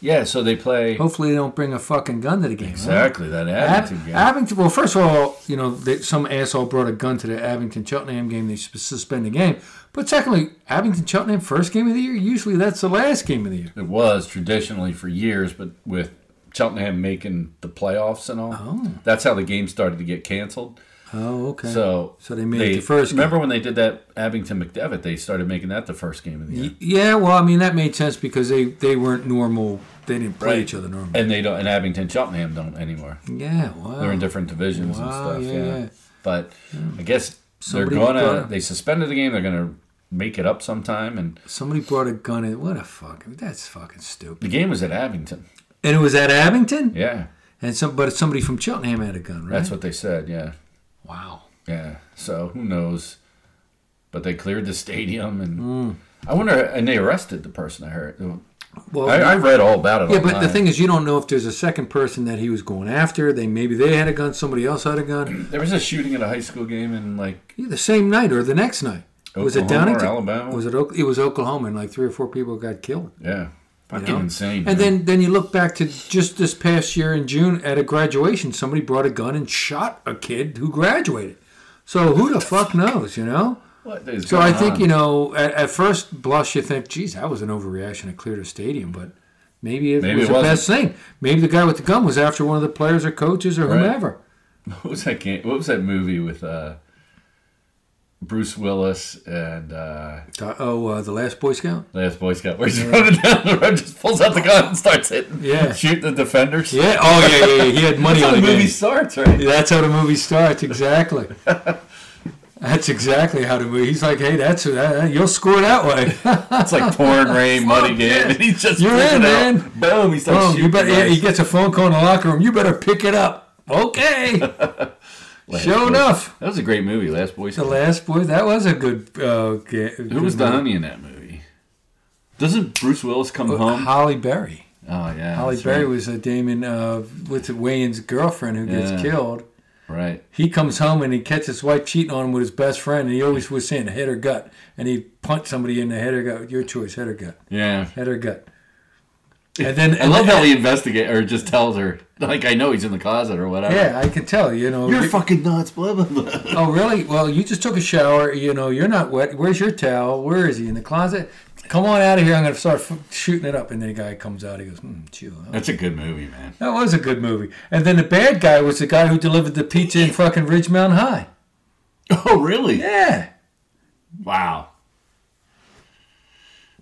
Yeah, so they play Hopefully, they don't bring a fucking gun to the game. huh? exactly that attitude Ab- game. Abington. Well, first of all, you know, they, some asshole brought a gun to the Abington Cheltenham game. They sus- suspend the game. But secondly, Abington Cheltenham first game of the year. Usually, that's the last game of the year. it was traditionally for years, but with Cheltenham making the playoffs and all, that's how the game started to get canceled. Oh, okay. So, So they made it the first game. Remember when they did that Abington McDevitt? They started making that the first game of the year, yeah, well, I mean, that made sense because they they weren't normal. They didn't play Right. each other normally. and they don't. And Abington Cheltenham don't anymore. Yeah. Wow. They're in different divisions Oh. Wow, and stuff. yeah, Yeah. yeah. But I guess They're Somebody gonna. brought, They suspended the game. They're gonna make it up sometime. And somebody brought a gun in. What a fuck! That's fucking stupid. the game was at Abington. And it was at Abington, Yeah, and some but somebody from Cheltenham had a gun, right? that's what they said. Yeah, wow. yeah. So who knows? But they cleared the stadium, and I wonder. And they arrested the person. I heard. Mm. Well, I, I read all about it. Yeah, but the online. thing is, you don't know if there's a second person that he was going after. They maybe they had a gun, somebody else had (clears throat) a gun. there was a shooting at a high school game in like Yeah, the same night or the next night. was it Oklahoma or Downington? Alabama? Was it? Oak- It was Oklahoma, and like three or four people got killed. yeah, fucking know? insane. dude. And then then you look back to just this past year in June at a graduation, somebody brought a gun and shot a kid who graduated. So who the fuck knows, you know? what is So I going think on? you know, at, at first blush, you think, "Geez, that was an overreaction. It cleared a stadium," but maybe it Maybe was it the best thing. Maybe the guy with the gun was after one of the players or coaches or Right. whomever. (laughs) What was that game? What was that movie with uh, Bruce Willis and uh, Oh, uh, the last Boy Scout. Last Boy Scout? Where he's running (laughs) down the road, just pulls out the gun and starts hitting, Yeah. shoot the defenders. Yeah. Oh, yeah, yeah. yeah. He had money That's how on the the movie game. starts, right? Yeah, That's how the movie starts. Exactly. That's exactly how the movie. He's like, "Hey, that's that, you'll score that (laughs) way." It's like pouring (laughs) rain, muddy game, and he's just You're picking in, it man. Up. Boom! He starts oh, shooting. you better. the Yeah, he guys. gets a phone call in the locker room. You better pick it up. Okay. Last Show Boy- enough. That was a great movie, Last Boy The Scout. last boy. That was a good. Uh, ga- Who was good movie. Donnie in that movie? Doesn't Bruce Willis come home? Holly Berry. oh yeah, Holly that's Berry was a Damon uh, with Wayne's girlfriend who gets Yeah. killed. Right. right. He comes home and he catches his wife cheating on him with his best friend, and he always was saying head or gut, and he punched somebody in the head or gut. Your choice, head or gut, Yeah. head or gut. And then I love how he investigates or just tells her, like, I know he's in the closet or whatever. Yeah, I can tell. You know. You're fucking nuts, blah, blah, blah. oh, really? Well, you just took a shower. You know, you're not wet. Where's your towel? Where is he in the closet? Come on out of here. I'm gonna start f- shooting it up. And then the guy comes out. He goes, mm, "Chew." That's a good movie, man. (laughs) That was a good movie. And then the bad guy was the guy who delivered the pizza in fucking Ridgemont High. Oh, really? Yeah. Wow.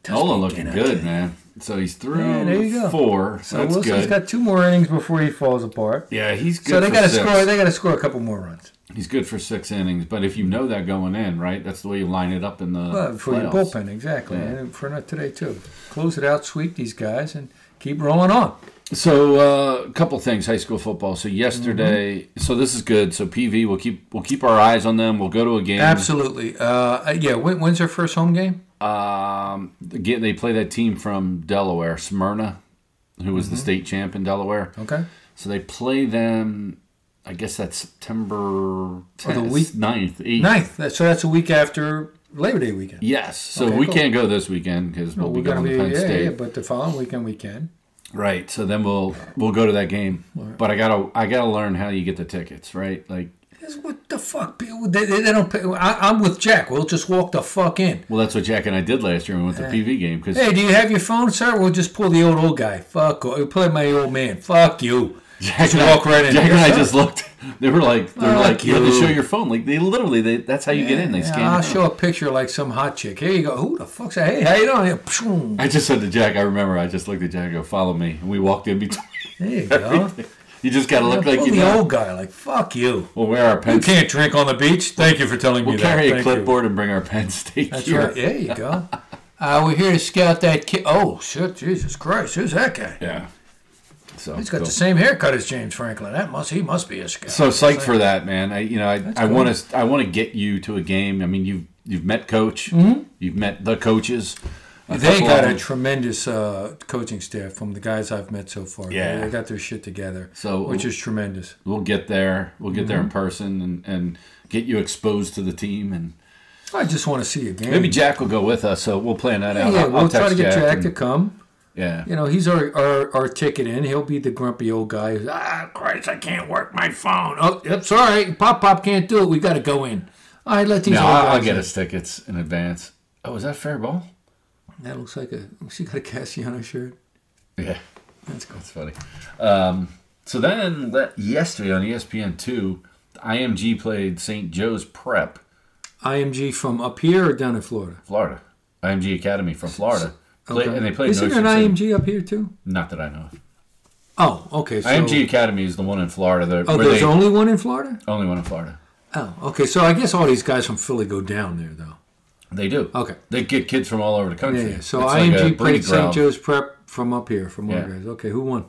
Nolan looking good, man. So he's through Yeah, there you go. four. So So that's Wilson's good. got two more innings before he falls apart. yeah, he's good so they for got to six. score. They got to score a couple more runs He's good for six innings. But if you know that going in, right, that's the way you line it up in the well, uh, for your playoffs. bullpen, exactly, Yeah. and for not today too. Close it out, sweep these guys, and keep rolling on. So uh, a couple things, high school football. So yesterday, Mm-hmm. so this is good. So PV, we'll keep we'll keep our eyes on them. We'll go to a game. Absolutely. Uh, yeah. When, when's their first home game? Um, again, they play that team from Delaware, Smyrna, who was Mm-hmm. the state champ in Delaware. Okay. So they play them. I guess that's September 10th, the week- 9th, 8th. Ninth. That- So that's a week after Labor Day weekend. Yes. So Okay, we cool. can't go this weekend because we'll be We're gonna going to Penn yeah, State. yeah. But the following weekend we can. Right. So then we'll we'll go to that game. But I gotta I gotta learn how you get the tickets. Right. Like That's What the fuck? People, they, they they don't pay. I, I'm with Jack. We'll just walk the fuck in. well, that's what Jack and I did last year. when We went to PV game because Hey, do you have your phone, sir? We'll just pull the old old guy. Fuck, we'll play my old man. Fuck you. Just walk right in. Jack and Yes, I sir. just looked. They were like they were I like, like you have to you." show your phone. Like they literally they, that's how you get in. They scan. Yeah, I'll your show a picture like some hot chick. Here you go. Who the fuck's that? Hey, how you doing? Here, pshoom. I just said to Jack, I remember, I just looked at Jack and go, follow me. And we walked in between. (laughs) There you go. you just got to look pull (laughs) like you the know. old guy. Like fuck you. We'll wear our You Penn can't drink on the beach. Thank you for telling We'll me that. carry a Thank you. clipboard and bring our (laughs) Penn State That's gear. right. There you go. Uh, we're here to scout that kid. Oh shit! Jesus Christ! Who's that guy? Yeah. So, He's got cool. the same haircut as James Franklin. That must he must be a scout. so psyched for that, man. I, you know, I, I want to, I want to get you to a game. I mean, you've, you've met coach, Mm-hmm. you've met the coaches. A They couple got of a them. tremendous uh, coaching staff from the guys I've met so far. Yeah. they, they got their shit together, So- which is tremendous. we'll get there. We'll get there Mm-hmm. in person and, and get you exposed to the team. And I just want to see a game. maybe Jack will go with us. So we'll plan that yeah, out. yeah, I'll- we'll I'll try to text get Jack, and- to come. yeah. You know, he's our, our our ticket in. He'll be the grumpy old guy. Who's, ah, Christ, I can't work my phone. Oh, yep, sorry, Pop Pop can't do it. We got to go in. All right, let these. No, old I'll, I'll guys get in. us tickets in advance. Oh, is that fair ball? That looks like a. (laughs) She got a Cassiano shirt. Yeah, That's cool. that's funny. Um, so then that, yesterday on E ESPN two, IMG played St. Joe's Prep, IMG from up here or down in Florida? Florida. IMG Academy from Florida, Play- and they played. Isn't in there Ocean an City. IMG up here too? Not that I know. of. Oh, okay. So, IMG Academy is the one in Florida. They're, Oh, where there's they, only-, only one in Florida. one in Florida. Oh, okay. So I guess all these guys from Philly go down there, though. They do. Okay. They get kids from all over the country. Yeah, yeah. So It's like IMG a breeding played St. ground. Joe's Prep from up here, from our Yeah. guys. Okay, who won?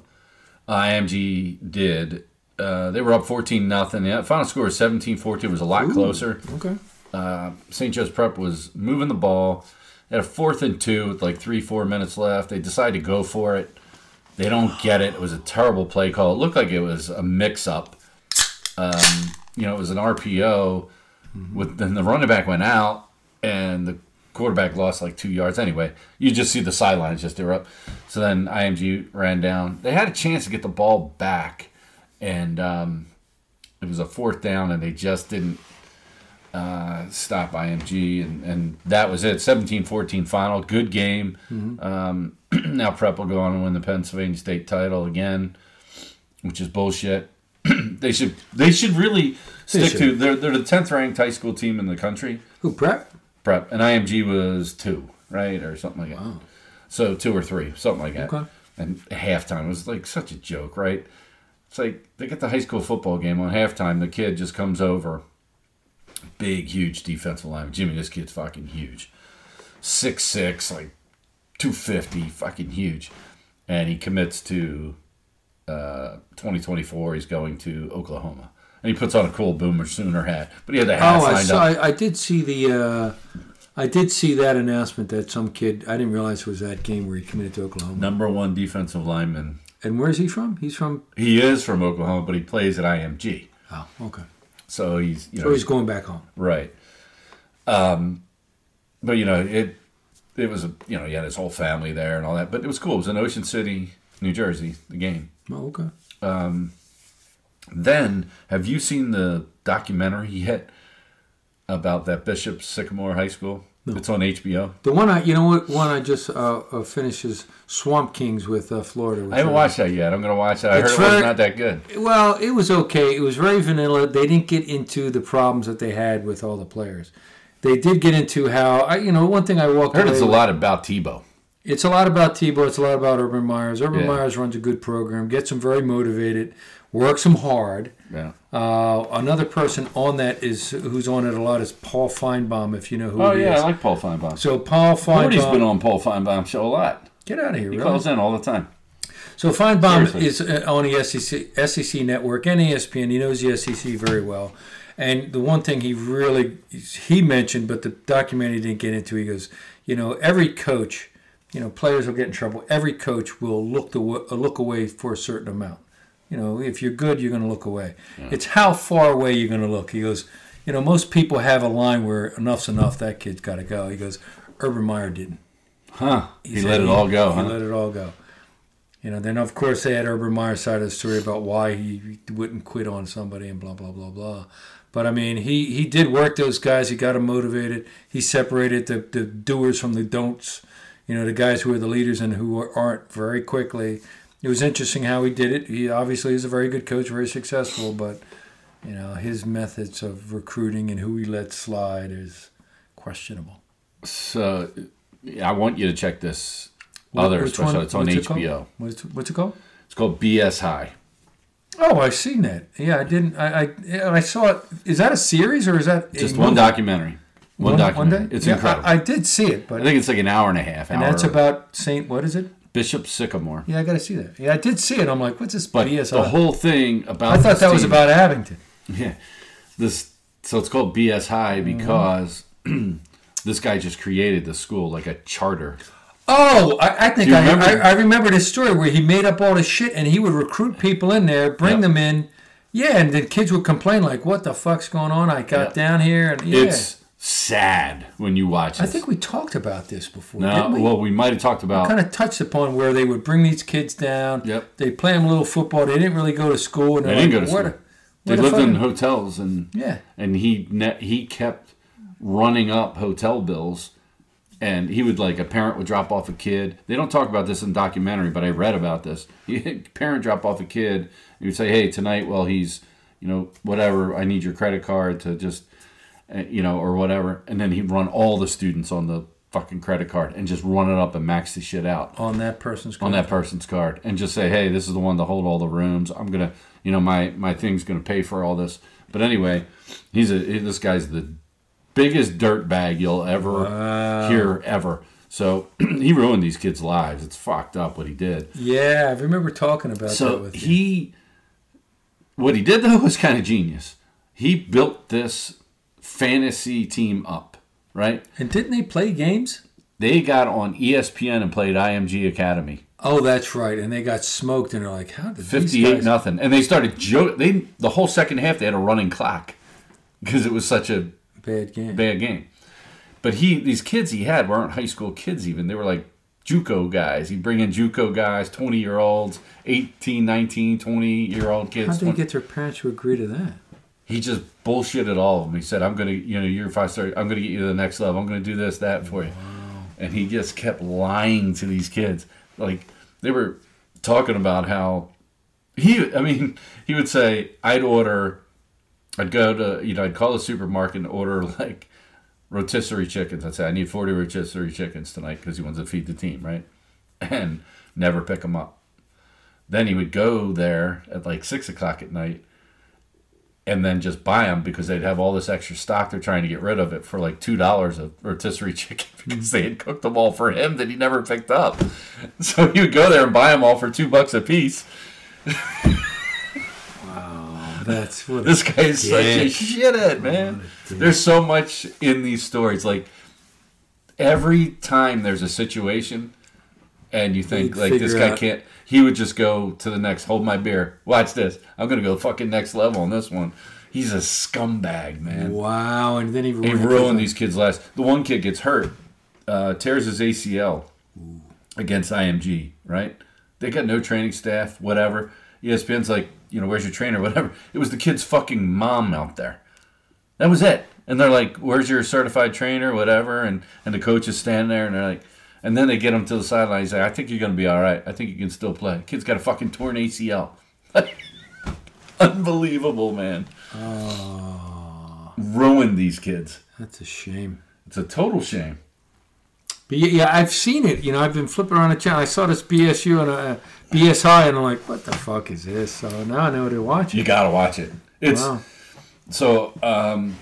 IMG did. Uh, they were up 14 nothing. The final score was 17 14. was a lot closer. Okay. Uh, St. Joe's Prep was moving the ball at a fourth and two with like three, four minutes left. They decide to go for it. They don't get it. It was a terrible play call. It looked like it was a mix up. Um, you know, it was an RPO. With then the running back went out and the quarterback lost like two yards. Anyway, you just see the sidelines just they were up. So then IMG ran down. They had a chance to get the ball back, and um, it was a fourth down, and they just didn't uh, stop IMG, and, and that was it. 17-14 final. Good game. Um, (clears throat) now Prep will go on and win the Pennsylvania State title again, which is bullshit. (clears throat) they should they should really stick should. to they're they're the tenth ranked high school team in the country. Who Prep? Prep and IMG was two, right, or something like that. So two or three, something like that. Okay. And halftime was like such a joke, right? It's like they get the high school football game on halftime. The kid just comes over, big, huge defensive lineman. Jimmy, this kid's fucking huge, six six, like two fifty, fucking huge, and he commits to uh, twenty twenty four. He's going to Oklahoma, and he puts on a cool Boomer Sooner hat. But he had the hat Oh, I signed saw. up. I, I did see the. Uh, I did see that announcement that some kid. I didn't realize it was that game where he committed to Oklahoma. Number one defensive lineman. And where is he from? He's from. He is from Oklahoma, but he plays at IMG. Oh, okay. So he's you know So he's going back home. right. Um, but you know it it was a you know he had his whole family there and all that. But it was cool. It was in Ocean City, New Jersey. The game. Oh, okay. Then have you seen the documentary yet about that Bishop Sycamore High School? It's on HBO. The one I, you know what, one I just uh, uh, finished is Swamp Kings with uh, Florida. I haven't watched that yet. I'm gonna watch that. I heard It's it was very- not that good. Well, it was okay. It was very vanilla. They didn't get into the problems that they had with all the players. They did get into how I, you know, one thing I walked I heard away it's a with- lot about Tebow. It's a lot about Tebow. It's a lot about Urban Myers. Urban Yeah. Myers runs a good program. Gets them very motivated. Works them hard. Yeah. Uh, another person on that is who's on it a lot is Paul Feinbaum, if you know who Oh he yeah, I is. like Paul Feinbaum. So Paul Nobody's Feinbaum, been on Paul Feinbaum's show a lot. get out of here, He really. calls in all the time. So Feinbaum Seriously. is uh, on the SEC, SEC E network and ESPN. He knows E the SEC very well. And the one thing he really he mentioned, but the documentary didn't get into, he goes, you know, every coach, you know, players will get in trouble. Every coach will look the wa- uh, look away for a certain amount. You know, if you're good, you're going to look away. It's how far away you're going to look. He goes, you know, most people have a line where enough's enough. That kid's got to go. He goes, Urban Meyer didn't. Huh. He, said let it he- all go, He huh? let it all go. You know, then of course they had Urban Meyer's side of the story about why he wouldn't quit on somebody and blah blah blah blah. But I mean, he he did work those guys. He got them motivated. He separated the the doers from the don'ts. You know, the guys who are the leaders and who are- aren't very quickly. It was interesting how he did it. He obviously is a very good coach, very successful, but you know his methods of recruiting and who he lets slide is questionable. So yeah, I want you to check this other Which one- special. It's on what's it called? HBO. What's, what's it called? It's called BS High. Oh, I've seen that. Yeah, I didn't. I I, yeah, I saw it. Is that a series or is that a Just one movie? documentary. One, documentary. It's Yeah, incredible. I, I, I did see it, but think it's like an hour and a half. and hour. that's about Saint. What is it? Bishop Sycamore. Yeah, I got to see that. Yeah, I did see it. I'm like, what's this But BS? the whole thing about I thought this that was team- about Abington. (laughs) yeah, this. So it's called BS High Mm-hmm. because (clears throat) this guy just created the school like a charter. Oh, I, I think You I, remember- I I remember this story where he made up all this shit and he would recruit people in there, bring Yeah. them in. Yeah, and then kids would complain like, "What the fuck's going on? I got down here and yeah." It's sad when you watch it. I think we talked about this before. no, didn't we? well, we might have talked about kind of touched upon where they would bring these kids down. Yep. They play them a little football. They didn't really go to school. And They they're didn't like, go to "What school. a- they what a lived in fucking-" hotels and Yeah. and he ne- he kept running up hotel bills and he would like a parent would drop off a kid they don't talk about this in the documentary but i read about this (laughs) he, parent drop off a kid and he would say hey tonight well he's you know whatever i need your credit card to just uh, you know or whatever and then he'd run all the students on the fucking credit card and just run it up and max the shit out On that person's on that person's card and just say, "Hey, this is the one to hold all the rooms. I'm gonna, you know, my my thing's gonna pay for all this." But anyway, he's a he- this guy's the biggest dirt bag you'll ever hear ever. So (clears throat) he ruined these kids' lives. It's fucked up what he did. Yeah, I remember talking about that So with you. he, what he did though (laughs) was kind of genius. He built this fantasy team up, right? And didn't they play games? They got on E ESPN and played IMG Academy, Oh, that's right. And they got smoked, and they're like, "How did fifty-eight these guys?" nothing, and they started joke. They the whole second half they had a running clock because it was such a Bad game. bad game. But he, these kids he had weren't high school kids even. They were like JUCO guys. He'd bring in JUCO guys, 20 year olds, 18, 19, 20 year old How kids. did they get their parents to agree to that? he just bullshitted all of them. He said, "I'm gonna, you know, you're five star. I'm gonna get you to the next level. I'm gonna do this, that for you." And he just kept lying to these kids. Like they were talking about how he. I mean, he would say, "I'd order. I'd go to, you know, I'd call the supermarket and order like rotisserie chickens. I'd say I need 40 rotisserie chickens tonight because he wants to feed the team, right?" And never pick them up. Then he would go there at like six o'clock at night and then just buy them because they'd have all this extra stock. They're trying to get rid of it for like two dollars of rotisserie (laughs) chicken because they had cooked them all for him that he never picked up. (laughs) So he would go there and buy them all for two bucks a piece. That's what. This guy is such a Dick. shithead, man. There's so much in these stories. Like every time there's a situation, and you think He'd like this figure guy out- can't, he would just go to the next. Hold my beer. Watch this. I'm gonna go fucking next level on this one. He's a scumbag, man. wow. And then he ruined, He it for ruined them. these kids' lives. The one kid gets hurt, uh, tears his ACL against IMG. Right? They got no training staff. Whatever. E ESPN's like, you know, where's your trainer? (laughs) Whatever. It was the kid's fucking mom out there. That was it. And they're like, where's your certified trainer? Whatever. And and the coach is standing there, and they're like, and then they get him to the sideline. He's like, I think you're gonna be all right. I think you can still play. Kid's got a fucking torn ACL. (laughs) Unbelievable, man. Ruined these kids. That's a shame. It's a total shame. But yeah, yeah, I've seen it. You know, I've been flipping around the channel. I saw this BSU and uh, BSI, and I'm like, "What the fuck is this?" So now I know to watch it. You gotta watch it. It's Wow. so. Um,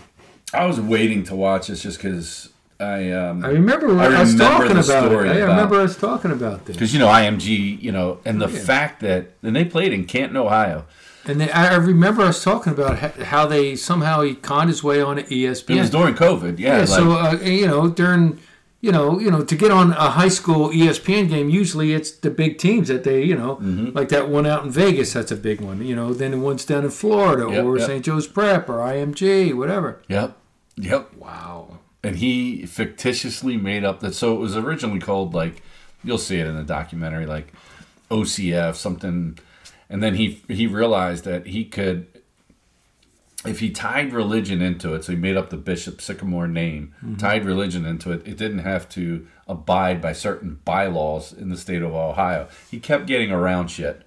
I was waiting to watch this just because I. Um, I remember when I I, was remember talking the about it. story I about- remember us talking about this. because you know IMG, you know, and the Oh, Yeah. fact that and they played in Canton, Ohio. And then I I remember us talking about ho- how they somehow he conned his way on to E ESPN. It was during COVID. Yeah, yeah, like, so uh, you know during you know you know to get on a high school E ESPN game, usually it's the big teams that they you know Mm-hmm. like that one out in Vegas. That's a big one. You know, then the ones down in Florida Yep, or yep. St. Joe's Prep or IMG, whatever. Yep. Yep. Wow. and he fictitiously made up that so it was originally called like you'll see it in the documentary like OCF something and then he he realized that he could if he tied religion into it so he made up the bishop sycamore name Mm-hmm. tied religion into it it didn't have to abide by certain bylaws in the state of Ohio he kept getting around shit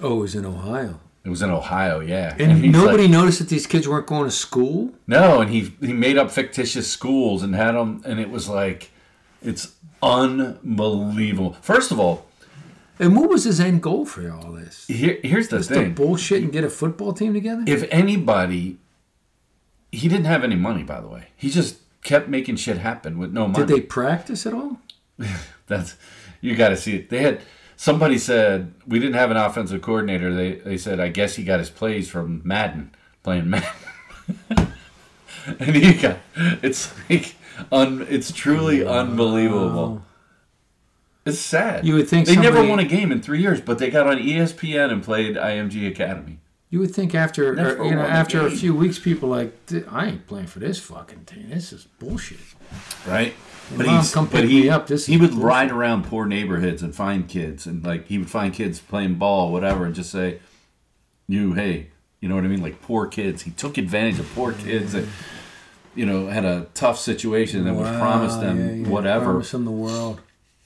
Oh, it was in Ohio. it was in Ohio yeah And, he's like- nobody noticed that these kids weren't going to school. No, and he he made up fictitious schools and had them, and it was like, it's unbelievable. First of all, And what was his end goal for all this? here, here's the To thing: bullshit and get a football team together? if anybody, he didn't have any money. By the way, he just kept making shit happen with no money. Did they practice at all? That's you got to see it. They had somebody said we didn't have an offensive coordinator. They they said I guess he got his plays from Madden playing Madden, (laughs) and he got it's like un, it's truly unbelievable. It's sad. You would think they never somebody- won a game in three years, but they got on E ESPN and played IMG Academy. You would think after That's or, what you know won the after a game. few weeks, people like "D- I ain't playing for this fucking team. This is bullshit. Right. But, Mom, he's, come but pick he, me up. This he is would bullshit. ride around poor neighborhoods and find kids and like he would find kids playing ball, whatever, and just say, You, hey, you know what I mean? Like poor kids. He took advantage of poor kids that you know, had a tough situation and would promise Wow, them yeah, yeah, whatever. Promise them the world.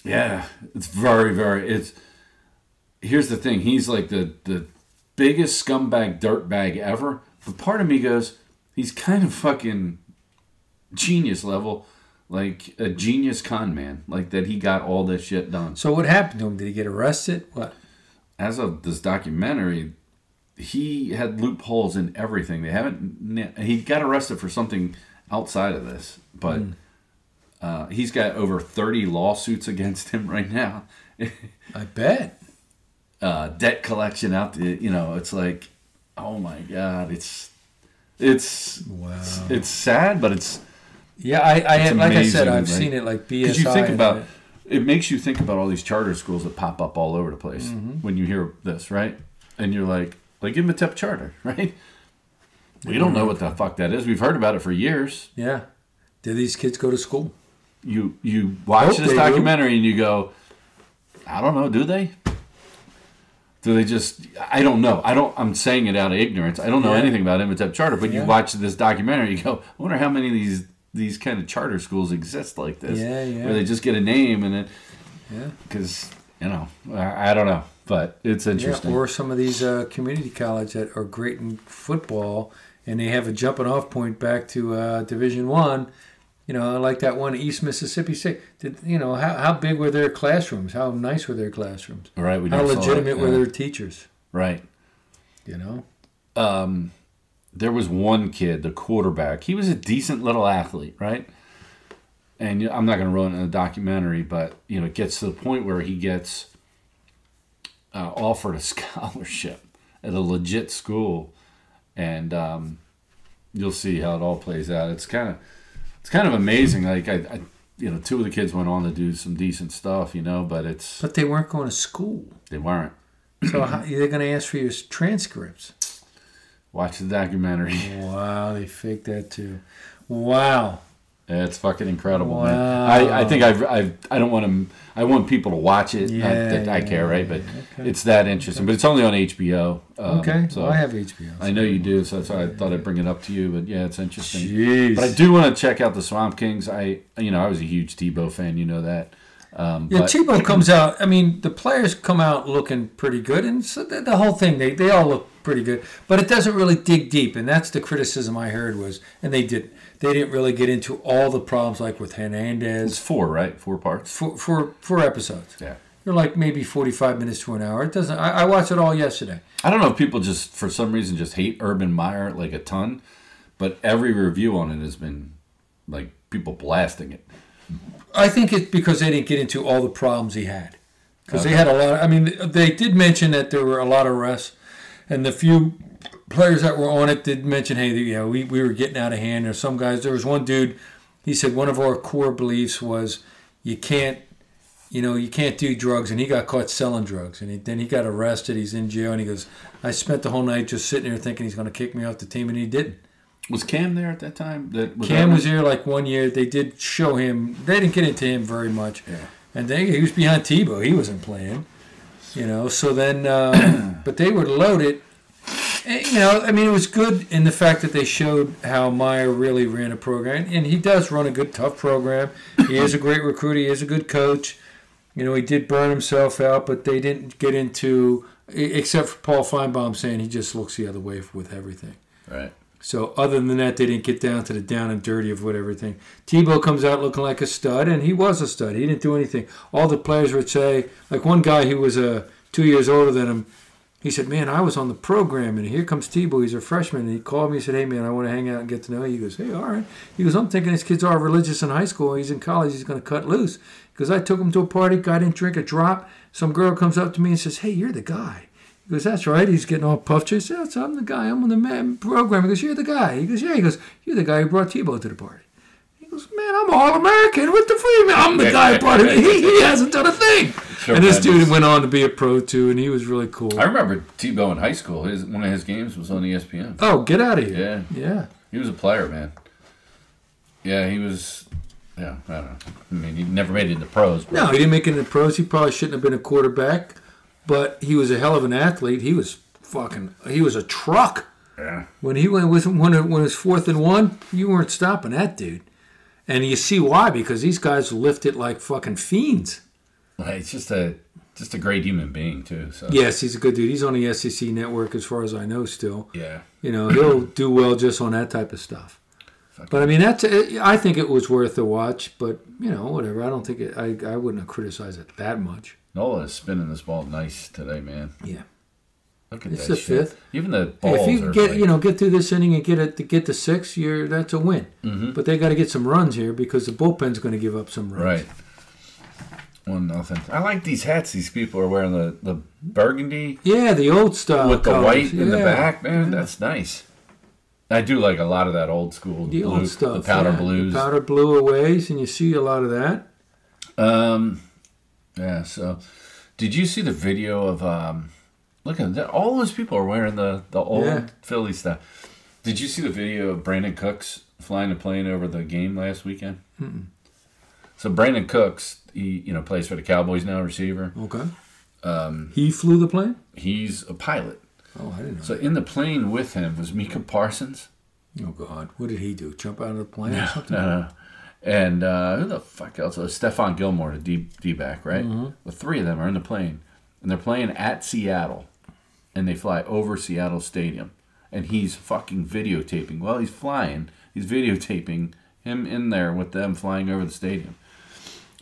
Yeah, it's very, very. It's here's the thing. He's like the the biggest scumbag dirtbag ever. But part of me goes, he's kind of fucking genius level, like a genius con man, like that he got all this shit done. So what happened to him? Did he get arrested? What? As of this documentary, he had loopholes in everything. They haven't. na- He got arrested for something outside of this, but uh, he's got over thirty lawsuits (laughs) against him right now. I bet. uh, debt collection out. The, you know, it's like, oh my god, it's it's Wow. it's, it's sad, but it's Yeah, I, I It's had, like I amazing, said, like- I've seen it like BSI. because you think and about it- it makes you think about all these charter schools that pop up all over the place when you hear this, right? And you're like, like give them a tip charter, (laughs) right? We don't know what the fuck that is. We've heard about it for years. Yeah. Do these kids go to school? You you watch Hope this they do. documentary and you go, I don't know, do they? Do they just? I don't know. I don't. I'm saying it out of ignorance. I don't know Yeah. anything about Imhotep Charter. But Yeah. you watch this documentary, you go, I wonder how many of these these kind of charter schools exist like this, Yeah, yeah. where they just get a name and then Yeah. because you know I, I don't know, but it's Yeah, interesting. or some of these uh, community college that are great in football, and they have a jumping off point back to uh, Division One. You know, like that one East Mississippi State. Did, you know how, how big were their classrooms? How nice were their classrooms? right, we How just saw legitimate that, were yeah. their teachers? Right, You know, um, there was one kid, the quarterback. He was a decent little athlete, right? And you know, I'm not going to ruin it in the documentary, but you know, it gets to the point where he gets uh, offered a (laughs) scholarship at a legit school, and um, you'll see how it all plays out. It's kind of it's kind of amazing. Like I, I, you know, two of the kids went on to do some decent stuff, you know, but it's but they weren't going to school, they weren't. (clears throat) so how, they're going to ask for your s- transcripts. Watch the documentary. (laughs) Wow, they faked that too. Uh, Wow. It's fucking incredible, man. Wow. I, I think I've, I've I don't want to. I want people to watch it. not Yeah, that I care, yeah, right? But yeah, okay. it's that interesting. But it's only on HBO. um, Okay, so well, I have HBO. I know you do, so that's why I thought I'd bring it up to you. But yeah, it's interesting. Jeez. But I do want to check out the Swamp Kings. I you know I was a huge Tebow fan. You know that. Um, Yeah, but Tebow comes out. I mean, the players come out looking pretty good, and so the, the whole thing they, they all look pretty good. But it doesn't really dig deep, and that's the criticism I heard was, and they did they didn't really get into all the problems like with it's Hernandez four, right? Four parts. for for four episodes. Yeah. They're like maybe forty five minutes to an hour. It doesn't. I, I watched it all yesterday. I don't know if people just for some reason just hate Urban Meyer like a ton, but every review on it has been like people blasting it. I think it's because they didn't get into all the problems he had. Because they had a lot. I mean, they did mention that there were a lot of arrests, and the few players that were on it did mention, hey, you know, we, we were getting out of hand. Or some guys, there was one dude, he said one of our core beliefs was you can't, you know, you can't do drugs, and he got caught selling drugs, and he, then he got arrested. He's in jail, and he goes, I spent the whole night just sitting there thinking he's going to kick me off the team, and he didn't. Was Cam there at that time? That was Cam that- was here like one year. They did show him. They didn't get into him very much. Yeah. And they, he was behind Tebow. He wasn't playing. You know. So (clears throat) then, uh, but they were loaded. And, you know, I mean, it was good in the fact that they showed how Meyer really ran a program, and he does run a good, tough program. He is a great recruiter. He is a good coach. You know, he did burn himself out, but they didn't get into, e- except for Paul Feinbaum saying he just looks the other way with everything. Right. So other than that, they didn't get down to the down and dirty of what everything. Tebow comes out looking like a stud, and he was a stud. He didn't do anything. All the players would say, like one guy who was uh, two years older than him, he said, "Man, I was on the program, and here comes Tebow. He's a freshman." And he called me. He said, "Hey, man, I want to hang out and get to know you." He goes, "Hey, all right." He goes, "I'm thinking these kids are religious in high school. He's in college. He's going to cut loose." Because I took him to a party, guy didn't drink a drop. Some girl comes up to me and says, "Hey, you're the guy." He goes, that's right. He's getting all puffed. He says, "That's- I'm the guy. I'm on the man program. He goes, you're the guy. He goes, yeah. He goes, you're the guy who brought Tebow to the party. He goes, man, I'm all American. What the free man? I'm the guy who brought him. (laughs) He, he hasn't done a thing. Sure, and this man. dude went on to be a pro too, and he was really cool. I remember Tebow in high school. His one of his games was on E ESPN. Oh, get out of here. Yeah, Yeah. he was a player, man. Yeah, he was. Yeah, I don't know. I mean, he never made it in the pros. But No, he didn't make it in the pros. He probably shouldn't have been a quarterback, but he was a hell of an athlete. He was fucking. He was a truck. yeah, When he went with him, when it, when it was fourth and one, you weren't stopping that dude. And you see why? Because these guys lift it like fucking fiends. Like, it's just a just a great human being too. So Yes, he's a good dude. He's on the SEC network, as far as I know, still. yeah, You know, he'll do well just on that type of stuff. But I mean, that's. I think it was worth a watch. But you know, whatever. I don't think it, I. I wouldn't have criticized it that much. Nola is spinning this ball nice today, man. Yeah. Look at It's that the shit. fifth. Even the balls If you are get like, you know get through this inning and get it to get to six, you're that's a win. Mm-hmm. But they got to get some runs here because the bullpen's going to give up some runs. Right. One nothing. I like these hats these people are wearing the, the burgundy Yeah, the old style with the colors. white in the Oh, Yeah. back, man. That's nice. I do like a lot of that old school The blue, old stuff, the powder yeah. blues. the powder blue aways, and you see a lot of that. Um, yeah. So, did you see the video of um? Look at that! All those people are wearing the the old Yeah. Philly stuff. Did you see the video of Brandon Cooks flying a plane over the game last weekend? mm So Brandon Cooks, he you know plays for the Cowboys now, receiver. Okay. Um, he flew the plane. He's a pilot. Oh, I didn't know. So in the plane with him was Mika Parsons. Oh God, what did he do? Jump out of the plane? or something? No, no. And uh, who the fuck else? Oh, Stefan Gilmore, the D, D back, right? The three of them are in the plane, and they're playing at Seattle, and they fly over Seattle Stadium, and he's fucking videotaping. While he's flying, he's videotaping him in there with them flying over the stadium.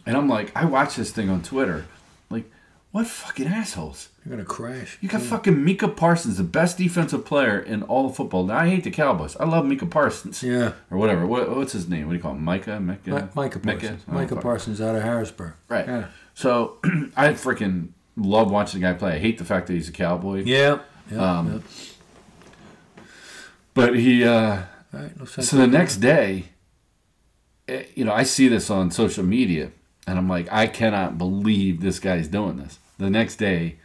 And I'm like, I watch this thing on Twitter, like, what fucking assholes? You're gonna crash. You got fucking Mika Parsons, the best defensive player in all of football. Now I hate the Cowboys. I love Mika Parsons (laughs) Yeah. or whatever. What, what's his name? What do you call him? Micah? Micah? Mi- Micah Parsons. Oh, Micah fuck. Parsons out of Harrisburg. Right. Yeah. So (clears throat) I freaking love watching the guy play. I hate the fact that he's a cowboy. Yeah. yeah, Um, yeah. But he. Uh, All right. No sense. so the next day, eh, you know, I see this on social media, and I'm like, I cannot believe this guy's doing this. The next day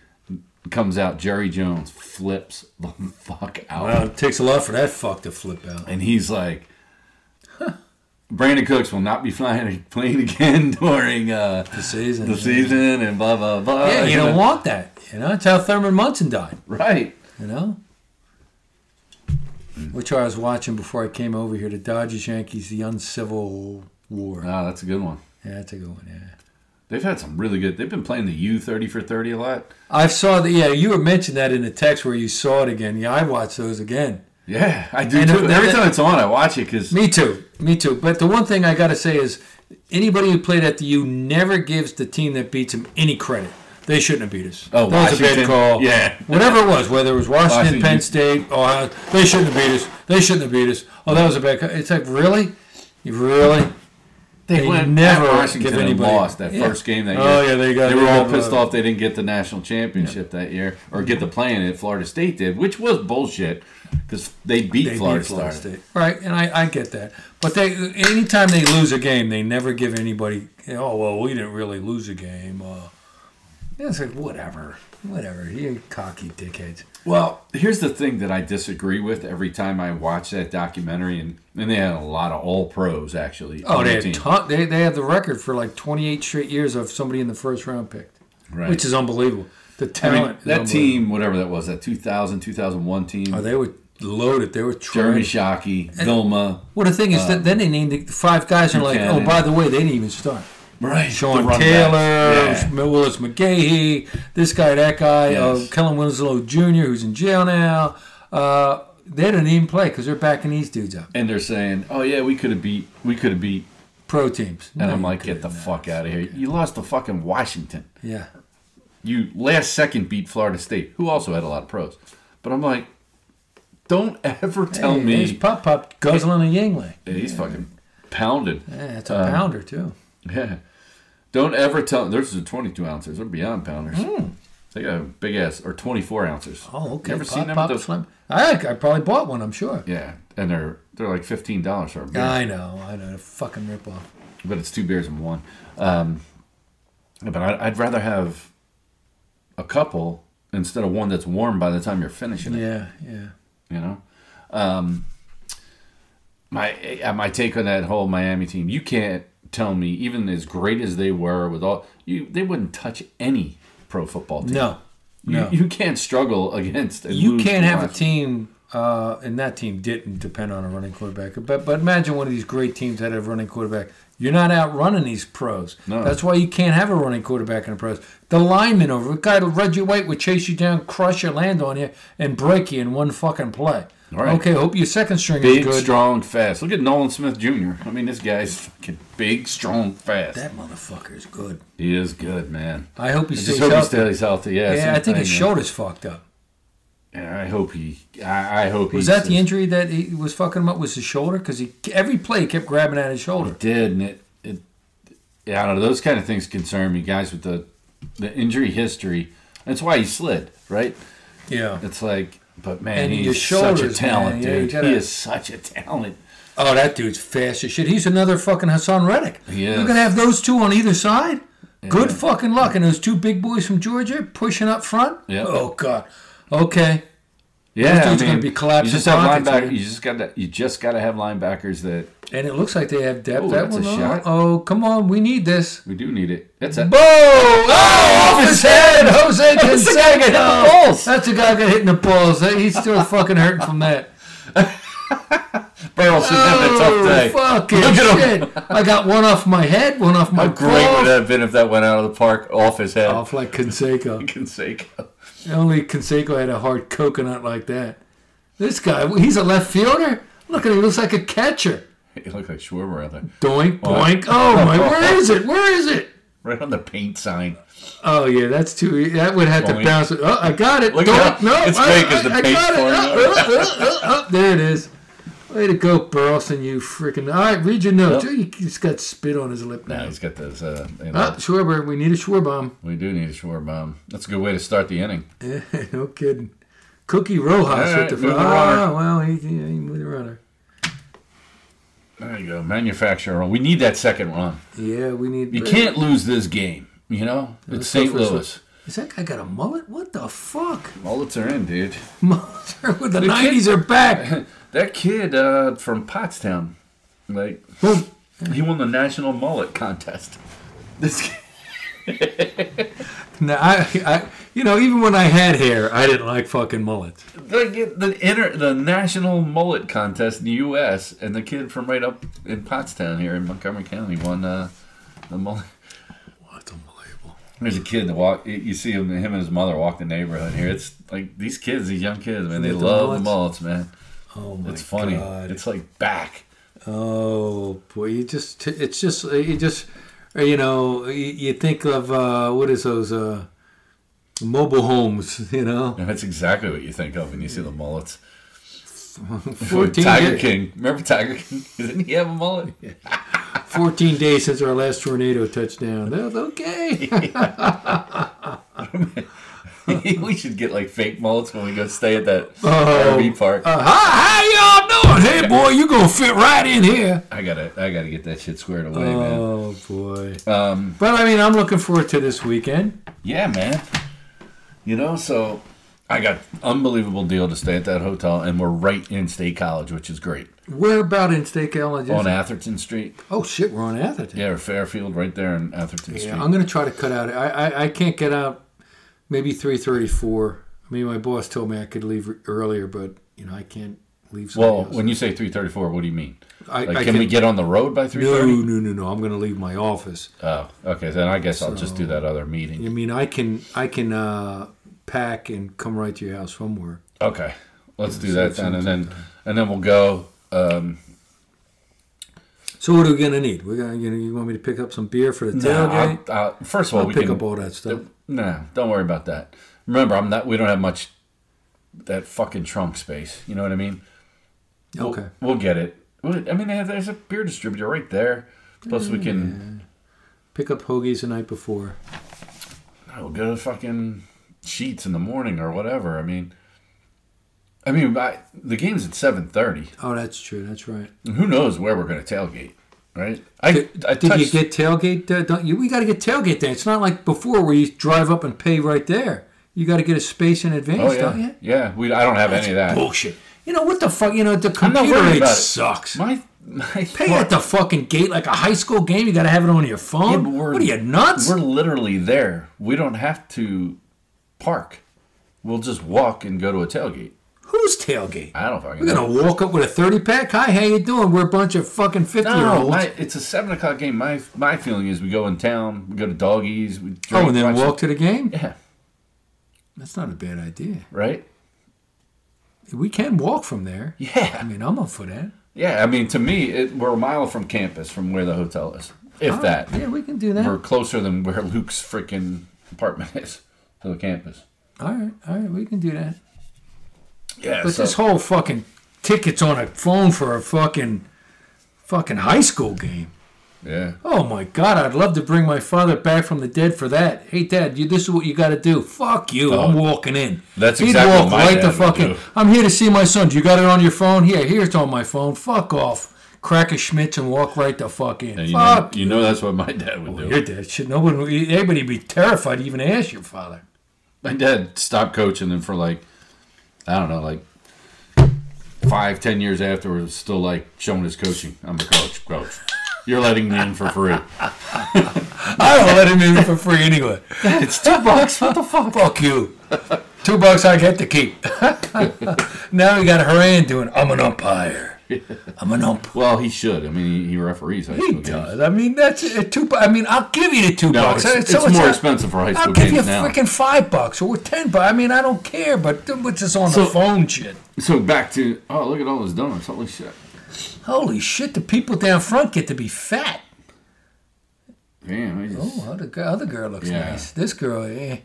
comes out Jerry Jones flips the (laughs) fuck out. Wow, it takes a lot for that fuck to flip out. And he's like, Brandon Cooks will not be flying (laughs) a plane again during uh, The season. the season and blah, blah, blah. Yeah, you don't want that. You know, it's how Thurman Munson died. Right. You know. Which I was watching before I came over here. The Dodgers Yankees, the uncivil war. Ah, that's a good one. Yeah, that's a good one. Yeah. They've had some really good. They've been playing the U thirty for thirty a lot. I saw that. Yeah, you were mentioned that in the text where you saw it again. Yeah, I watched those again. Yeah, I do. And Too. the- Every the- time it's on, I watch it because Me too. Me too. But the one thing I got to say is anybody who played at the U never gives the team that beats them any credit. They shouldn't have beat us. Oh, that was a Washington. bad call. Yeah. Whatever it was, whether it was Washington, Washington. Penn State, Ohio, they shouldn't have beat us. They shouldn't have beat us. Oh, that was a bad call. It's like, really? You really? they, they went never at Washington give and anybody- lost that Yeah. first game that Oh, year. yeah, they got- They were they all got, pissed uh, off they didn't get the national championship that year or get the play in it. Florida State did, which was bullshit because they beat They Florida, beat Florida State. State. Right, and I, I get that. But they anytime they lose a game, they never give anybody, oh, well, we didn't really lose a game. Uh, yeah, it's like, whatever. Whatever. You cocky dickheads. Well, here's the thing that I disagree with every time I watch that documentary, and, and they had a lot of all pros actually. Oh, on they the have team. ton, they they have the record for like 28 straight years of somebody in the first round picked, Right. which is unbelievable. The I mean, talent. is that unbelievable. team, whatever that was, that 2000, 2001 team, Oh, they were loaded. They were Jeremy trying. Shockey, Vilma, Well, the thing is that then they named the five guys and like, oh, Buchanan. by the way, they didn't even start. right? the Sean run Taylor, backs. Willis McGahee, this guy, that guy, Yes. uh, Kellen Winslow Jr., who's in jail now. Uh, they didn't even play because they're backing these dudes up. and they're saying, "Oh yeah, we could have beat, we could have beat," Pro teams. and No, I'm you like, "Get the couldn't. fuck out of here! You lost to fucking Washington. Yeah. You last second beat Florida State, who also had a lot of pros." But I'm like, "Don't ever tell Hey, me There's Pop Pop guzzling a Yingling. Yeah, he's fucking pounded." Yeah, it's Uh, a pounder, too. Yeah. (laughs) Don't ever tell. There's the 22 ounces. They're beyond pounders. They got big ass or 24 ounces. Hmm. Oh, okay. You ever Pop, seen them? Pop at those? Slim. I, I probably bought one, I'm sure. Yeah, and they're they're like fifteen dollars for a beer, I know, I know. Fucking ripoff. but it's two beers in one. Um, but I'd, I'd rather have a couple instead of one that's warm by the time you're finishing it. Yeah, yeah. You know, um, my uh, my take on that whole Miami team. You can't tell me even as great as they were with all you, they wouldn't touch any pro football team. No, You, no. you can't struggle against. And You lose can't to have a Washington. team, uh, and that team didn't depend on a running quarterback. But but imagine one of these great teams that have a running quarterback. You're not outrunning these pros. No. That's why you can't have a running quarterback in the pros. The lineman over the guy, Reggie White, would chase you down, crush you, land on you, and break you in one fucking play. All right. Okay, hope your second string Big, is good. strong, fast. Look at Nolan Smith Jr. I mean, this guy's fucking big, strong, fast. That motherfucker is good. He is good, man. I hope he I stays just hope he healthy. stays healthy. Yeah, yeah, same I think thing, his man. shoulder's fucked up. And I hope he. I, I hope he. Was that the says- injury that he was fucking him up? Was his shoulder? Because he every play he kept grabbing at his shoulder. Did and it, it. Yeah, I don't know. Those kind of things concern me, guys. With the the injury history, that's why he slid, right? Yeah. It's like, but man, And your he's such a shoulders, man. talent, Yeah, you dude. gotta- He is such a talent. Oh, that dude's fast as shit. He's another fucking Hassan Reddick. He You're is. gonna have those two on either side. Good fucking luck. And those two big boys from Georgia pushing up front. Yeah. Oh god. Okay. Yeah, I dude's mean, gonna be collapsing you just have pockets, linebacker. man. You just got to. You just got to have linebackers that And it looks like they have depth. Oh, that that's a one. oh, shot. Oh, come on. We need this. we do need it. That's it. Boom! Oh, off his head, Jose (laughs) That's the guy that hit the Canseco. balls. That's the guy that got hit in the balls. He's still fucking hurting from that. Barrel should have a tough day. Oh, fucking Look at him. shit! I got one off my head, one off my How great balls. would that have been if that went out of the park off his head? Off like Canseco. Canseco. Only Conseco had a hard coconut like that. This guy, he's a left fielder. Look at him, he looks like a catcher. (laughs) He looked like Schwarber out there. Doink, boink. Oh (laughs) my, where is it? Where is it? Right on the paint sign. Oh yeah, that's too. That would have to Boink. bounce. it. Oh, I got it. Look Doink. at how- no, it's I, fake I, as the I paint got it. pouring Oh, oh, oh, oh, oh. There it is. Way to go, Burleson. You freaking. All right, read your note. Yep. Dude, he just got spit on his lip Now now. he's got those. Uh, you know, Ah, Schwarber, we need a Schwarbomb. We do need a Schwarber bomb. That's a good way to start the inning. (laughs) no kidding. Cookie Rojas All right, with move the. the Ah, well, he, he, he moved the runner. There you go. Manufacturer run. We need that second run. Yeah, we need. You can't lose this game. You know, it's St. go for this Louis. Is that guy got a mullet? What the fuck? (laughs) Mullets are in, dude. Mullets are- the kid- nineties (laughs) are back. That kid uh, from Pottstown, like, Boom. he won the national mullet contest. This (laughs) kid. Now I, I, you know, even when I had hair, I didn't like fucking mullets. the, the inter the national mullet contest in the U.S. and the kid from right up in Pottstown here in Montgomery County won uh, the mullet. What's unbelievable? There's a kid that walk. You see him, him and his mother walk the neighborhood here. It's like these kids, these young kids, man. They Isn't it the love the mullets, mullets? man. Oh my It's funny. God. It's like back. oh boy, you just, it's just, you just, you know, you, you think of uh, what is those uh, mobile homes? You know, And that's exactly what you think of when you see the mullets. fourteen Tiger da- King. Remember Tiger King? (laughs) Didn't he have a mullet? fourteen days since our last tornado touchdown. (laughs) That's okay. (laughs) we should get like fake mullets when we go stay at that (laughs) Oh. RV park. Uh, hi, how y'all doing? Hey, boy, you gonna fit right in here. I gotta, I gotta get that shit squared away, man. Oh boy! Um, But I mean, I'm looking forward to this weekend. yeah, man. You know, so I got unbelievable deal to stay at that hotel, and we're right in State College, which is great. Where about in State College? on Is it? Atherton Street, Oh shit, we're on Atherton. yeah, or Fairfield, right there in Atherton Yeah, Street. I'm gonna try to cut out. I I, I can't get out. Maybe three thirty-four. I mean, my boss told me I could leave earlier, but you know, I can't leave. somebody well, else. when you say 3:34, what do you mean? I, Like, I can, we get on the road by No, 3:30? no, no, no. I'm gonna leave my office. Oh, okay. Then I guess I'll just do that other meeting. I mean, I can I can uh, pack and come right to your house somewhere. Okay, let's do that then, and then and then we'll go. Um, So what are we gonna need? We're gonna you, know, you want me to pick up some beer for the nah, tailgate? I'll- I'll- Uh, first of all, I'll we pick can. up all that stuff. Nah, don't worry about that. Remember, I'm not. We don't have much. That fucking trunk space. You know what I mean? We'll- Okay. We'll, get it. Well, I mean, they have, there's a beer distributor right there. Plus, we can. Pick up hoagies the night before. I'll go to fucking sheets in the morning or whatever. I mean, I mean, I, the game's at seven thirty. Oh, that's true. That's right. Who knows where we're gonna tailgate, right? I I Did touched, you get tailgate? Uh, don't you? We got to get tailgate there. It's not like before where you drive up and pay right there. You got to get a space in advance, Oh yeah, don't you? yeah. We I don't have any of that. Bullshit. You know what the fuck? You know the not computer worried rate about it. sucks. My my Pay thought- at the fucking gate like a high school game. You got to have it on your Yeah, phone. but we're- what are you nuts? We're literally there. We don't have to park. We'll just walk and go to a tailgate. Who's tailgate? I don't fucking We're know. gonna walk up with a thirty pack. Hi, how you doing? We're a bunch of fucking fifty year No, olds. my, it's a seven o'clock game. My my feeling is we go in town, we go to doggies, we drink, oh, and then watch- walk to the game. Yeah, That's not a bad idea. right. We can walk from there. I Yeah, mean, I'm up for that. yeah. I mean, to me, it, we're a mile from campus from where the hotel is, if Oh. that. Yeah, we can do that. We're closer than where Luke's freaking apartment is to the campus. All right, all right, we can do that. Yeah, But so- this whole fucking tickets on a phone for a fucking fucking high school game. yeah. Oh my god, I'd love to bring my father back from the dead for that. Hey dad, you this is what you got to do. Fuck you. I'm Oh, walking in. that's exactly what my dad would do. I'm here to see my son. You got it on your phone? Here, here's on my phone. Fuck off. Crack a schmitz and walk right the fuck in. And you, know, fuck you know that's what my dad would do. your dad. Shit, nobody, would- everybody would be terrified to even ask (laughs) your father. My dad stopped coaching, and for like, I don't know, like five, ten years afterwards, still like showing his coaching. I'm a coach, coach. You're letting me in for free. I don't let him in for free anyway. It's two bucks. (laughs) What the fuck? Fuck you. Two bucks I get to keep. (laughs) now we got Haran doing, I'm an umpire. I'm an ump. Well, he should. I mean, he, he referees high He school games. does. I mean, that's a two. bu- I mean, I'll give you the two No, bucks. it's, it's, So more not- expensive for high I'll school give you games now. freaking five bucks or ten bucks. I mean, I don't care, but th- what's this on the phone shit? So back to oh, look at all those donuts. Holy shit! Holy shit, the people down front get to be fat. Damn, I just, Oh, other, gi- other girl looks Yeah. nice. This girl, eh,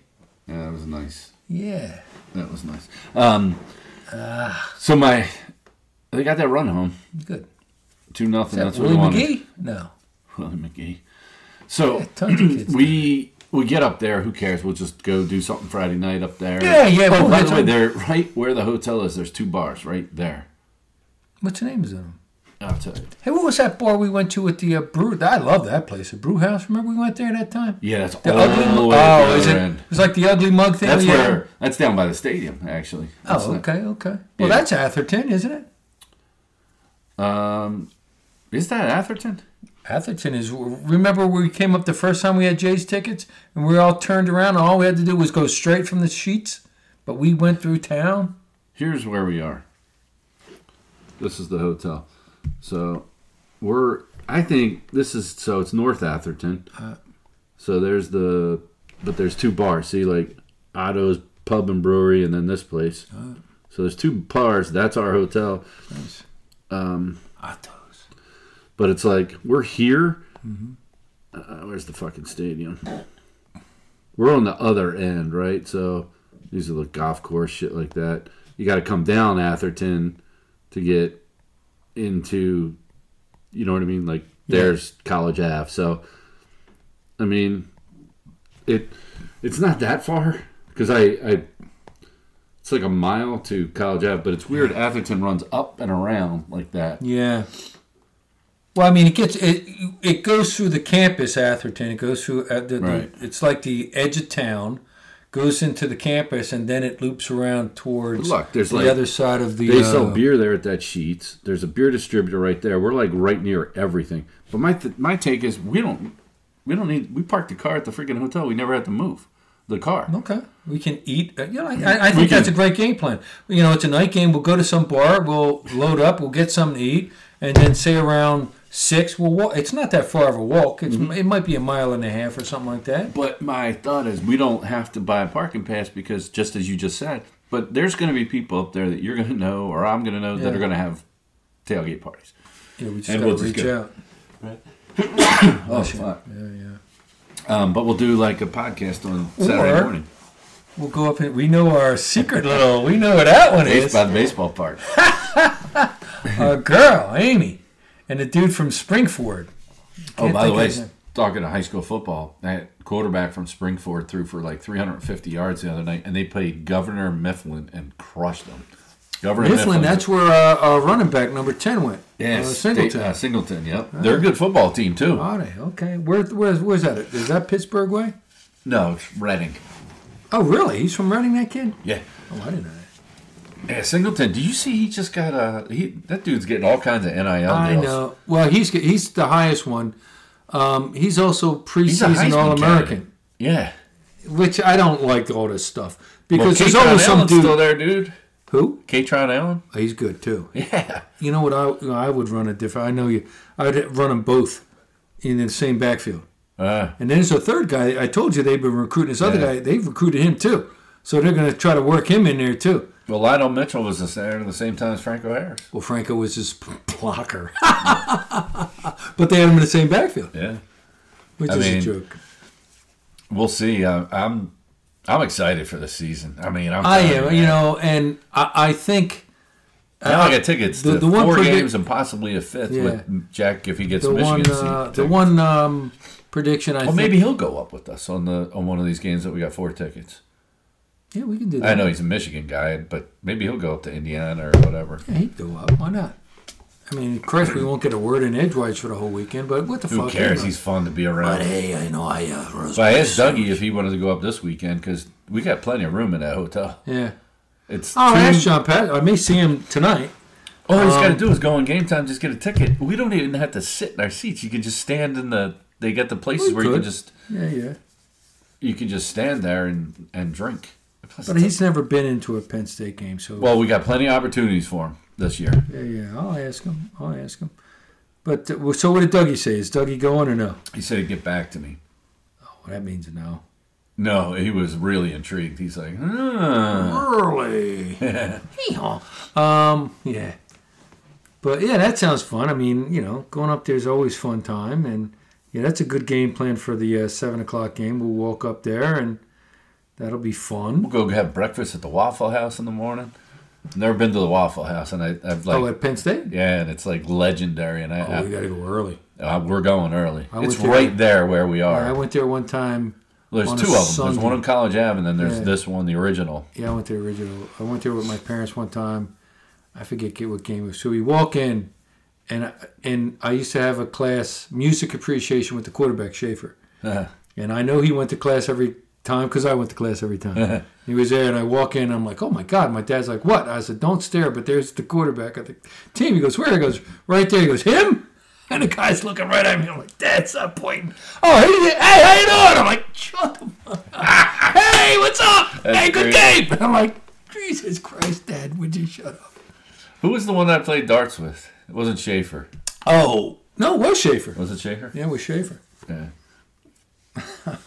yeah, that was nice. yeah. That was nice. Um, so my they got that run home, Good. two nothing. That That's what we Willie wanted. McGee? No. Willie McGee. So Yeah, tons of kids. (clears throat) we we get up there. Who cares? We'll just go do something Friday night up there. Yeah, yeah, Oh, we'll by hit the way, some- they're right where the hotel is. There's two bars right there. What's the name is on them? I'll tell you. Hey, what was that bar we went to at the uh, brew? I love that place, the brew house. Remember we went there that time? Yeah, that's The all ugly. the Mug- way at oh, the is other it? end. It was like the ugly mug thing. That's we had? where. That's down by the stadium, actually. That's Oh, not- okay, okay. Yeah. Well, that's Atherton, isn't it? Um, is that Atherton? Atherton is. Remember when we came up the first time we had Jay's tickets, and we were all turned around. And all we had to do was go straight from the sheets, but we went through town. here's where we are. This is the hotel. So we're I think this is so it's North Atherton. so there's the but there's two bars. See like Otto's Pub and Brewery and then this place. so there's two bars. That's our hotel. Um, Otto's. But it's like we're here. Uh, where's the fucking stadium? We're on the other end, right? So these are the golf course shit like that. You got to come down Atherton to get into, you know what I mean? Like there's College Ave. So I mean, it it's not that far because I I it's like a mile to College Ave, but it's weird. Atherton runs up and around like that. Yeah. Well, I mean, it gets it. It goes through the campus, Atherton. It goes through. Uh, the, Right. the, it's like the edge of town, goes into the campus, and then it loops around towards But look, there's the like- other side of the. They uh, sell beer there at that Sheets. There's a beer distributor right there. We're like right near everything. But my th- my take is we don't we don't need we parked the car at the freaking hotel. We never had to move the car. Okay, we can eat. uh, You know, I, I- I think can- that's a great game plan. You know, it's a night game. We'll go to some bar. We'll load up. We'll get something to eat, and then say around six. We'll walk. It's not that far of a walk. It's, Mm-hmm. It might be a mile and a half or something like that. But my thought is we don't have to buy a parking pass because just as you just said, but there's going to be people up there that you're going to know or I'm going to know that Yeah. are going to have tailgate parties. Yeah, we just And gotta we'll just reach go. out. Oh, fuck. Yeah, yeah. Um, but we'll do like a podcast on Saturday Or- morning. We'll go up and we know our secret little. We know what that one Based is. by the baseball park. Our girl Amy, and the dude from Springford. Oh, Can't by the think way, of his name. talking to high school football, that quarterback from Springford threw for like 350 yards the other night, and they played Governor Mifflin and crushed them. Governor Mifflin. That's where uh, our running back number ten went. yes, uh, Singleton. Singleton. uh, Singleton. Yep, they're a good football team too. Are they? Okay. Where, where's, where's that? Is that Pittsburgh way? no, it's Reading. Oh, really? He's from Reading, that kid? Yeah. Oh, I didn't know that. yeah, Singleton. Do you see? He just got a. He that dude's getting all kinds of nil. I deals. know. Well, he's he's the highest one. Um, he's also He's a preseason Heisman All candidate. American, Yeah, which I don't like all this stuff well, because there's Katron always some Allen's dude still there, dude. who Katron Allen. (laughs) oh, he's good too. Yeah, You know what? I you know, I would run a different. I know you. I'd run them both in the same backfield. uh, And then there's a third guy. I told you they've been recruiting this other Yeah. guy. They've recruited him too, so they're going to try to work him in there too. well, Lionel Mitchell was the center at the same time as Franco Harris. Well, Franco was his (laughs) p- blocker, but they had him in the same backfield. Yeah. Which I is mean- a joke. We'll see. Uh, I'm I'm excited for this season. I mean, I'm. I telling am, you man. know, and I, I think Now I got tickets The- to the one four predict- games and possibly a fifth Yeah. with Jack if he gets the Michigan. one, seat uh, the tickets. one um, prediction I Well, think, maybe he'll go up with us on the on one of these games that we got four tickets. yeah, we can do that. I know he's a Michigan guy, but maybe he'll go up to Indiana or whatever. Yeah, he'd go up. Why not? I mean, Chris, we won't get a word in edgewise for the whole weekend, but what the Who fuck? cares? you know? He's fun to be But around. hey, I know I uh, rose. But I asked Dougie if he wanted to go up this weekend because we got plenty of room in that hotel. Yeah. It's Oh, two- that's John Pat. I may see him tonight. all he's Um, got to do is go on game time, just get a ticket. We don't even have to sit in our seats. You can just stand in the. They got the places We where you could. can just Yeah, yeah. you can just stand there and and drink. Plus, But it's a- he's never been into a Penn State game, so well, we got plenty of opportunities for him this year. yeah, yeah. I'll ask him. I'll ask him. But uh, well, so, what did Dougie say? Is Dougie going or no? He said he'd get back to me. Oh, that means no. No, he was really intrigued. He's like, hmm. (laughs) Early. Yeehaw. um. Yeah. But yeah, that sounds fun. I mean, you know, going up there's always fun time, and yeah, that's a good game plan for the uh, seven o'clock game. We'll walk up there, and that'll be fun. we'll go have breakfast at the Waffle House in the morning. Never been to the Waffle House, and I, I've like, oh, at Penn State. yeah, and it's like legendary, and I, Oh, we gotta go early. I, I- we're going early. I it's went there- right there where we Yeah, I are. went there one time. There's on a two of them. Sunday. There's one on College Ave, and then there's Yeah. this one, the original. Yeah, I went there original. I went there with my parents one time. I forget get what game it was. So we walk in, and I, and I used to have a class music appreciation with the quarterback Schaefer, Uh-huh. and I know he went to class every time because I went to class every Uh-huh. time. he was there, and I walk in. I'm like, oh my god! My dad's like, what? I said, don't stare. But there's the quarterback of the team. He goes, where? He goes, right there. He goes, him. And the guy's looking right at me. I'm like, Dad's not pointing. Oh, hey, hey, how you doing? I'm like, shut (laughs) the hey, what's up? That's hey, good great. game. I'm like, Jesus Christ, Dad, would you shut up? Who was the one that I played darts with? It wasn't Schaefer. Oh. No, it was Schaefer. Was it Schaefer? Yeah, it was Schaefer. Yeah. (laughs)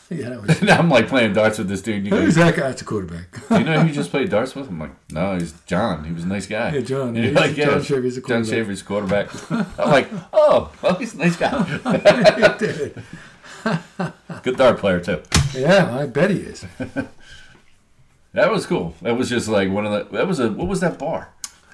Yeah, that was. now I'm like playing darts with this dude. And he goes, (laughs) Who's that guy? That's a quarterback. (laughs) Do you know who you just played darts with? I'm like, no, he's John. He was a nice guy. Yeah, (laughs) John. And you're He's- like, yeah, John Schaefer's a John Schaefer's quarterback. (laughs) I'm like, oh, well, he's a nice guy. Good dart player too. yeah, I bet he is. That was cool. That was just like one of the. That was a. What was that bar?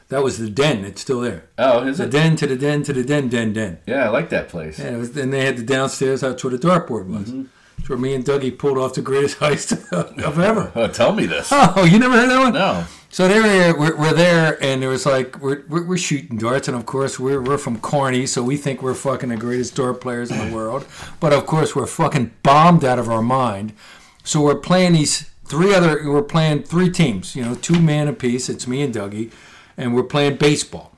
That was the den. It's still there. Oh, is The it? den to the den to the den, den, den. Yeah, I like that place. And, it was, and they had the downstairs. That's where the dartboard was. It's where me and Dougie pulled off the greatest (laughs) heist of (laughs) ever. Oh, tell me this. Oh, you never heard that one? No. So they were there, we're, we're there, and there was like we're, we're, we're shooting darts, and of course we're, we're from Corny, so we think we're fucking the greatest dart players in the world, but of course we're fucking bombed out of our mind. So we're playing these three other, we're playing three teams, you know, two man apiece. It's me and Dougie, and we're playing baseball,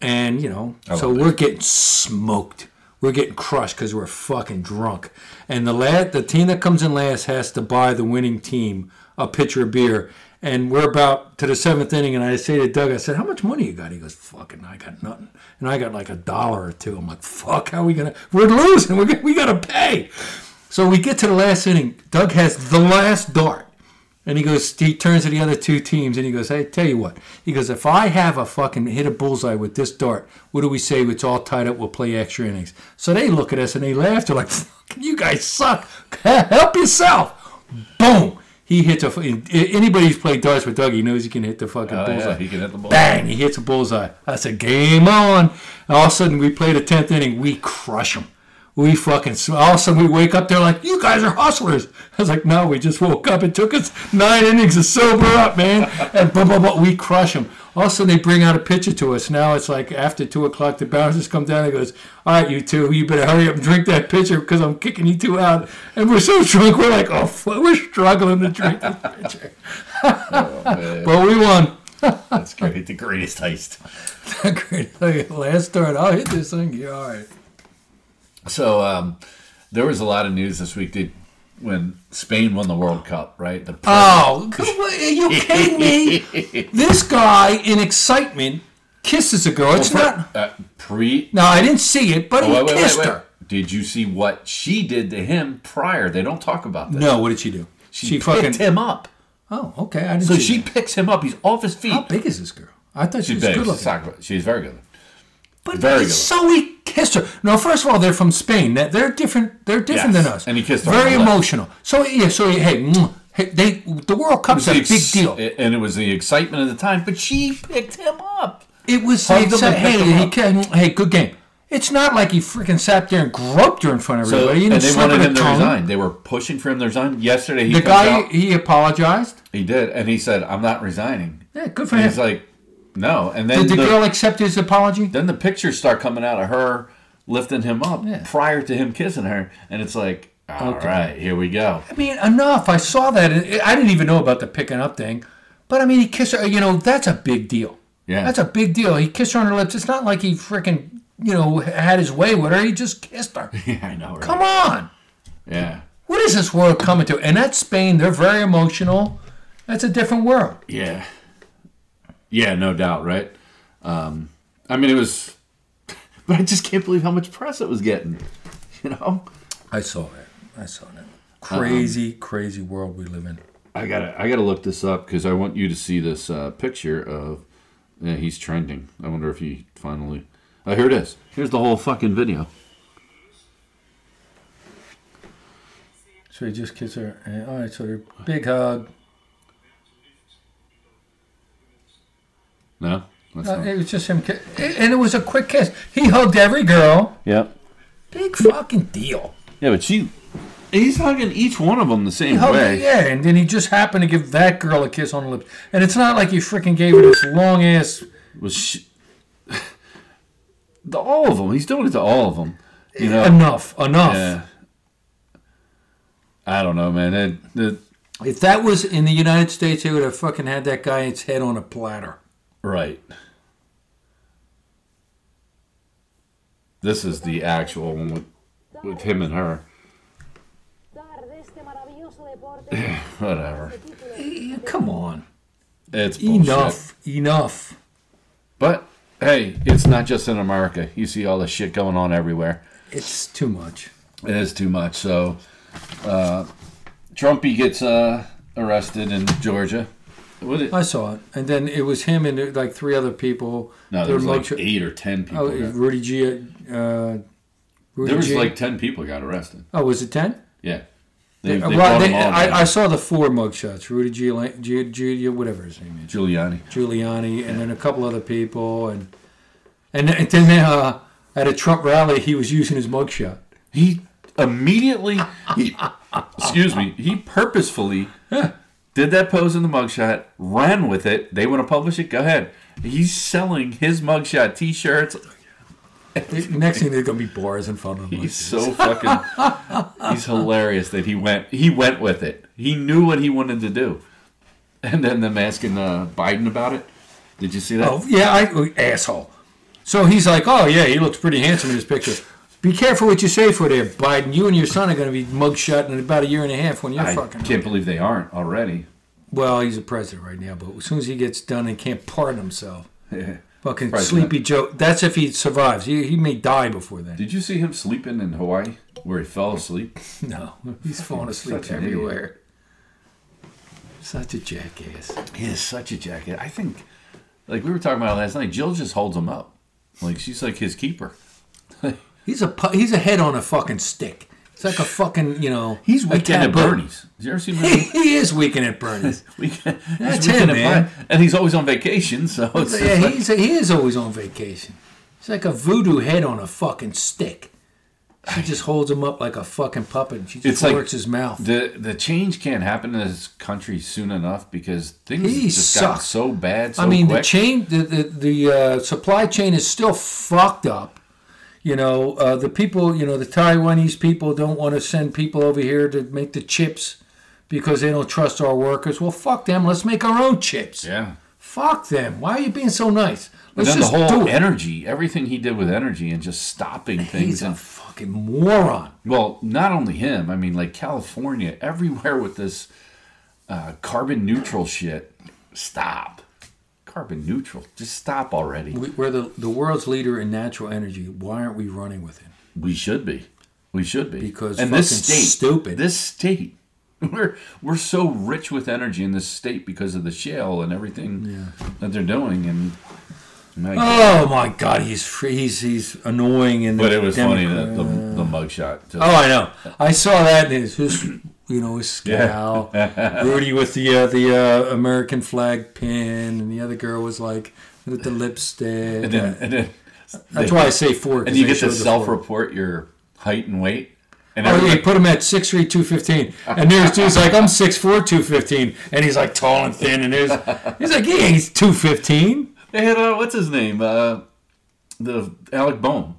and you know, so love we're getting smoked, we're getting crushed because we're fucking drunk, and the la the team that comes in last has to buy the winning team a pitcher of beer. And we're about to the seventh inning, and I say to Doug, I said, "How much money you got?" He goes, "Fucking, I got nothing." And I got like a dollar or two. I'm like, "Fuck, how we gonna? We're losing. We're, gonna- we gotta pay." So we get to the last inning. Doug has the last dart, and he goes. He turns to the other two teams, and he goes, "Hey, tell you what." He goes, "If I have a fucking hit a bullseye with this dart, what do we say? It's all tied up. We'll play extra innings." So they look at us and they laugh. They're like, "Fucking, you guys suck. Help yourself." Boom! He hits a. fu- Anybody who's played darts with Dougie knows he can hit the fucking Oh, bullseye. yeah, he can hit the ball. Bang! He hits a bullseye. I said, game on. And all of a sudden, we play the tenth inning. We crush them. We fucking. sm- All of a sudden, we wake up. They're like, "You guys are hustlers." I was like, "No, we just woke up. It took us nine innings to sober up, man." And blah blah blah. We crush them. All of a sudden, they bring out a pitcher to us. Now it's like after two o'clock, the bouncers come down and goes, "All right, you two, you better hurry up and drink that pitcher because I'm kicking you two out." And we're so drunk, we're like, "Oh, fu- we're struggling to drink this pitcher," (laughs) Oh, man, but we won. that's great. The greatest heist. (laughs) Great. Like, Last start. I'll hit this thing. Yeah, all right. So um, there was a lot of news this week. Did when Spain won the World Cup, right? The Oh, come on, are you kidding me? (laughs) this guy in excitement kisses a girl. It's not. uh, pre No, I didn't see it, but he Oh, Wait, wait, wait, kissed wait. her. Did you see what she did to him prior? They don't talk about that. No, what did she do? She, She, fucking. picked him up. Oh, okay. I didn't So see she that. picks him up. He's off his feet. How big is this girl? I thought She's she was big. good She's a looking. soccer- She's very good. But very good so he kissed her. No, first of all, they're from Spain. That- They're different. They're different Yes, than us. and he kissed her on Very the lips. emotional. So yeah. So he, hey, mwah, Hey, they the World Cup's a The big ex- deal. It, a- And it was the excitement of the time, but she picked him up. was Hugged him it's a- and picked hey, him he up. can, hey, good game. It's not like he freaking sat there and groped her in front of So, everybody. He and didn't they slip wanted in a him to tongue. resign. They were pushing for him to resign. Yesterday, he The comes guy out. he apologized. He did, and he said, "I'm not resigning." Yeah, good for And him. he's like, "No." And then Did the, the- girl accept his apology? then the pictures start coming out of her lifting him up Yeah. prior to him kissing her, and it's like, all right, here we go. I mean, enough. I saw that. And I didn't even know about the picking up thing. But I mean, he kissed her. You know, that's a big deal. Yeah. That's a big deal. He kissed her on her lips. It's not like he freaking, you know, had his way with her. He just (laughs) kissed her. (laughs) Yeah, I know. Right? Come on. Yeah, What is this world coming to? And that's Spain. They're very emotional. That's a different world. yeah, yeah, no doubt, right? Um, I mean, it was, (laughs) but I just can't believe how much press it was getting. You know, I saw that. I saw Um, that. Crazy, crazy world we live in. I gotta, I gotta look this up because I want you to see this uh, picture of. Yeah, he's trending. I wonder if he finally. Oh, here it is. Here's the whole fucking video. So he just kissed her. And, all right, so they're big hug. No, that's Uh, not. it was just him. Ki- and it was a quick kiss. He hugged every girl. Yep. Big fucking deal. Yeah, but she. He's hugging each one of them the same He hugged her, way. yeah, and then he just happened to give that girl a kiss on the lips. And it's not like he freaking gave her this long ass. Was she, (laughs) to all of them. He's doing it to all of them. You know. Enough, enough. Yeah. I don't know, man. It, it, If that was in the United States, they would have fucking had that guy's head on a platter. right. This is the actual one with, with him and her. disfrutar de este maravilloso deporte. este Whatever. Eh, Come on. It's bullshit. Enough. Enough. But hey, it's not just in America. You see all this shit going on everywhere. It's too much. It is too much. So, uh, Trumpy gets uh, arrested in Georgia. What it? I saw it. And then it was him and uh, like three other people. No, Their there was like luxu- eight or ten people. Oh, got- Rudy G. Uh, Rudy there was G- like ten people got arrested. Oh, was it 10? Yeah, they, they well, brought they- them all down. I, I saw the four mugshots Rudy Giuliani, Giul- Giul- whatever his name is, Giuliani. Giuliani, and then a couple other people. And and, and then uh, at a Trump rally, he was using (laughs) his mugshot. He immediately, he, excuse me, he purposefully did that pose in the mugshot, ran with it. They want to publish it. Go ahead. He's selling his mugshot T-shirts. Next thing, there's going to be bars in front of him. He's so fucking. he's hilarious that he went. He went with it. He knew what he wanted to do, and then them asking uh, Biden about it. Did you see that? Oh yeah, I asshole. So he's like, oh yeah, he looks pretty handsome in his picture. Be careful what you say for there, Biden. You and your son are going to be mugshot in about a year and a half when you're I fucking. can't believe they aren't already. (laughs) Well, he's a president right now, but as soon as he gets done and can't pardon himself, fucking President. sleepy Joe. That's if he survives. He, he may die before then. Did you see him sleeping in Hawaii where he fell asleep? No, (laughs) he's falling asleep Such an idiot. everywhere. Such a jackass. He is such a jacket. I think, like we were talking about last night, Jill just holds him up. Like she's like his keeper. He's a pu- he's a head on a fucking stick. It's like a fucking you know. He's a weekend at taboo. Bernie's. Did you ever see him? (laughs) he is weekend at Bernie's. (laughs) weekend, he's (laughs) That's weekend at him, man. Bernie- And he's always on vacation, so it's yeah, just like- he's he is always on vacation. He's like a voodoo head on a fucking stick. She just holds him up like a fucking puppet. And she just It's like- works his mouth. the the change can't happen in this country soon enough because things He just got sucks. so bad. So I mean, the quick. chain, the the, the uh, supply chain is still fucked up. You know, uh, the people, you know, the Taiwanese people don't want to send people over here to make the chips because they don't trust our workers. Well, fuck them. Let's make our own chips. yeah. Fuck them. Why are you being so nice? And Let's then the just whole do it. energy, everything he did with energy, and just stopping things He's a and fucking moron. Well, not only him. I mean, like California, (laughs) everywhere with this uh, carbon neutral shit. Stop. Carbon neutral. Just stop already. We, we're the, the world's leader in natural energy. Why aren't we running with him? We should be. We should be. Because and this fucking state, stupid. This state. (laughs) We're we're so rich with energy in this state because of the shale and everything that they're doing. And my God. Oh my God, he's free. He's he's annoying and. but it was funny (laughs) Democrat- that the the mugshot. just- Oh, I know. I saw that and it's just you know his scowl. Rudy with the uh, the uh, American flag pin, and the other girl was like with the lipstick. And then, (laughs) and then That's they- why I say four. 'cause And you get they to showed the four. self-report your height and weight. And Oh, yeah, everybody- you put him at 6'3", 215. And there's dude's like, I'm 6'4", 215. And he's like tall and thin. And there's, he's like, he ain't 215. They had uh, what's his name? Uh, the Alec Bone.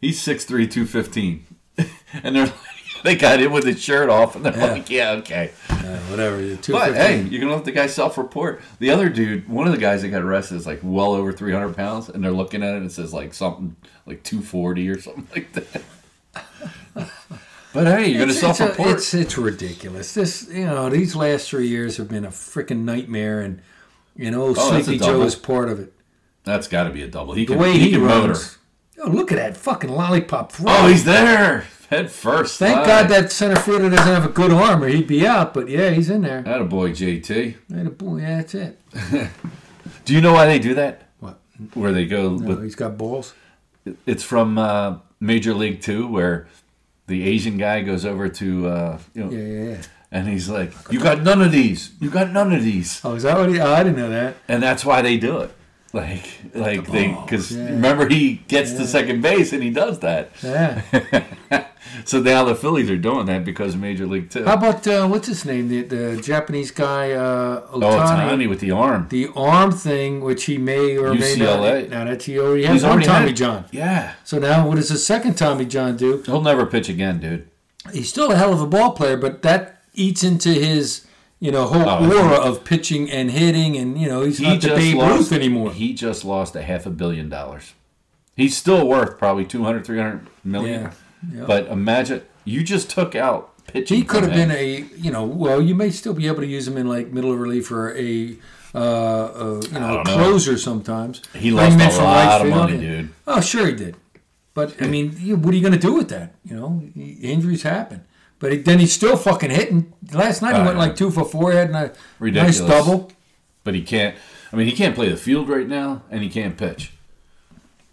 He's 6'3", 215. (laughs) and they're like, (laughs) they got him with his shirt off, and they're Yeah. like, yeah, okay. whatever, you're But 215. hey, you're gonna let the guy self-report. The other dude, one of the guys that got arrested, is like well over 300 pounds, and they're looking at it and it says like something like 240 or something like that. but hey, you're gonna it's, it's, self-report. it's, it's ridiculous. This, you know, these last three years have been a freaking nightmare. And, you know, Oh, that's a Sleepy double. Joe is part of it. That's got to be a double. He The can, way he he, can motor. runs. Oh, look at that fucking lollipop throw. Oh, he's there head first. Thank Ah, God that center fielder doesn't have a good arm or he'd be out. But, yeah, he's in there. Atta boy, JT. Right, a boy, yeah, that's it. Do you know why they do that? What? Where they go No, with Oh, he's got balls. it's from uh, Major League Two, where the Asian guy goes over to uh, you know, Yeah, yeah, yeah. and he's like, "You got none of these. You got none of these," Oh, is that what he? Oh, I didn't know that. and that's why they do it. Like, like they because Oh, yeah. remember he gets to second base and he does that. Yeah. (laughs) So now the Phillies are doing that because of Major League Two. How Oh, about uh, what's his name? The, the Japanese guy uh, Oh, Otani. Otani with the arm. the arm thing, which he may or may UCLA. not. Now that he already has one had Tommy it. John. Yeah, So now, what does the second Tommy John do? he'll never pitch again, dude. He's still a hell of a ball player, but that eats into his you know whole Oh, he- aura of pitching and hitting, and you know he's not the Babe Ruth anymore. He just lost a half a billion dollars. He's still worth probably 200, 300 million. Yeah, yeah. But imagine you just took out pitching. He could from have been him. a, you know, well, you may still be able to use him in like middle of relief or a, uh, uh you know, don't know. closer sometimes. He Bring him lost in a from lot of field money, and- dude. Oh, sure he did, but I mean, you, what are you going to do with that? You know, injuries happen. But he, then he's still fucking hitting. Last night he Oh, went yeah. like two for four. He had a Ridiculous. nice double. But he can't. I mean, he can't play the field right now, and he can't pitch.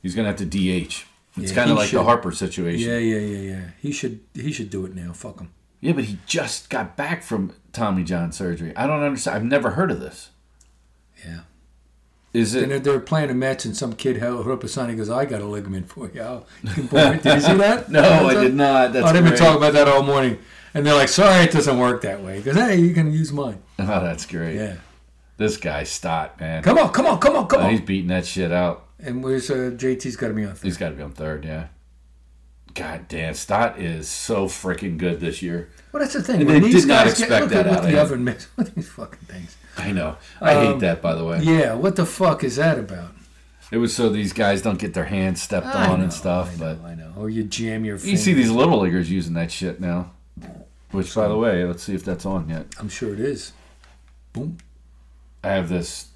He's gonna have to DH. It's Yeah, kind he of like the should. Harper situation. Yeah, Yeah. yeah, yeah, yeah. He should he should do it now. Fuck him. but he just got back from Tommy John surgery. I don't understand. I've never heard of this. Yeah. Is And it? they're, they're playing a match, and some kid held up a sign. He goes, "I got a ligament for you." I'll- You can borrow it." Did you see (laughs) that? No, I did not. That's oh, they've been great. talking about that all morning, and they're like, "Sorry, it doesn't work that way." Because hey, you can use mine. Oh, that's great. Yeah, This guy Stott, man. come on, come on, come on, come Oh, he's on. beating that shit out. And where's uh, JT's got to be on? Third. He's got to be on third, yeah. God damn, Stott is so freaking good this year. Well, that's the thing. they When these did not guys get, expect look that at out what of the him. oven makes (laughs) with these fucking things. I know. I hate Um, that, by the way. Yeah, what the fuck is that about? It was so these guys don't get their hands stepped I on know, and stuff. I know, But I know. Or you jam your. you see finger. these little leaguers using that shit now. Which, by the way, let's see if that's on yet. I'm sure it is. Boom. I have this.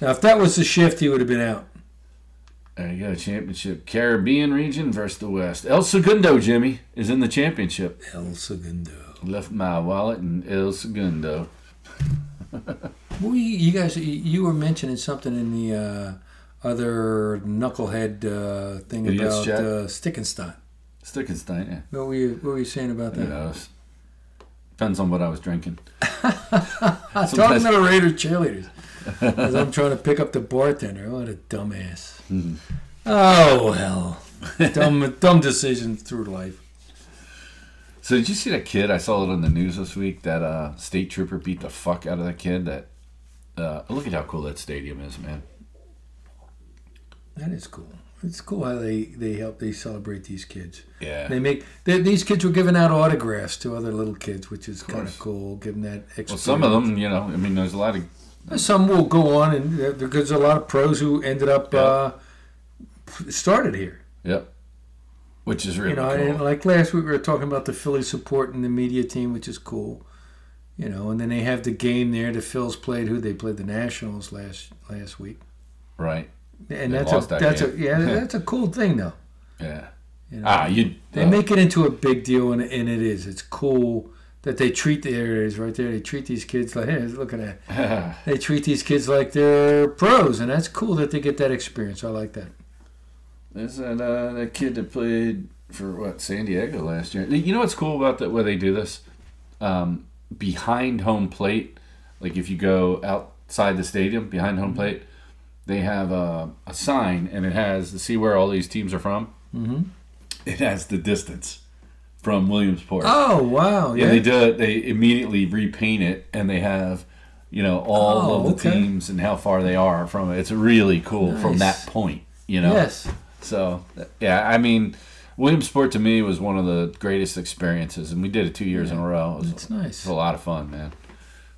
Now, if that was the shift, he would have been out. There you go. Championship Caribbean region versus the West. El Segundo, Jimmy, is in the championship. El Segundo. Left my wallet in El Segundo. We, you guys, you- you were mentioning something in the uh, other knucklehead uh, thing Idiots about chat? uh, Stickenstein. Stickenstein, yeah. What were you, what were you saying about Who that? knows? Depends on what I was drinking. I'm talking to the Raiders cheerleaders. 'Cause I'm trying to pick up the bartender. What a dumbass. Hmm. Oh hell, dumb, dumb decisions through life. So did you see that kid? I saw it on the news this week. That uh, state trooper beat the fuck out of that kid. That uh, look at how cool that stadium is, man. That is cool. It's cool how they they help they celebrate these kids. Yeah. They make they, these kids were giving out autographs to other little kids, which is kind course. of cool. Giving that extra. Well, some of them, you know, I mean, there's a lot of Some will go on, and uh, because a lot of pros who ended up uh, started here. yep, which is really You know, cool. and like last week we were talking about the Philly support and the media team, which is cool. You know, and then they have the game there. The Phils played who they played the Nationals last last week, right? and They that's lost a that that's a game. (laughs) yeah that's a cool thing though. Yeah. You know, Ah, you. they uh, make it into a big deal, and, and it is. It's cool that they treat the areas right there. They treat these kids like hey, look at that. (laughs) They treat these kids like they're pros, and that's cool that they get that experience. I like that. There's that uh, that kid that played for what San Diego last year. You know what's cool about that? Where they do this, um, behind home plate, like if you go outside the stadium behind home plate, they have a, a sign and it has to see where all these teams are from. Mm-hmm. It has the distance from Williamsport. Oh wow! Yeah, Yeah. they do it. They immediately repaint it, and they have, you know, all Oh, of the okay. teams and how far they are from it. It's really cool from Nice. that point. You know. Yes. So yeah, I mean, Williamsport to me was one of the greatest experiences, and we did it two years in a row. It was, That's nice. it was a lot of fun, man.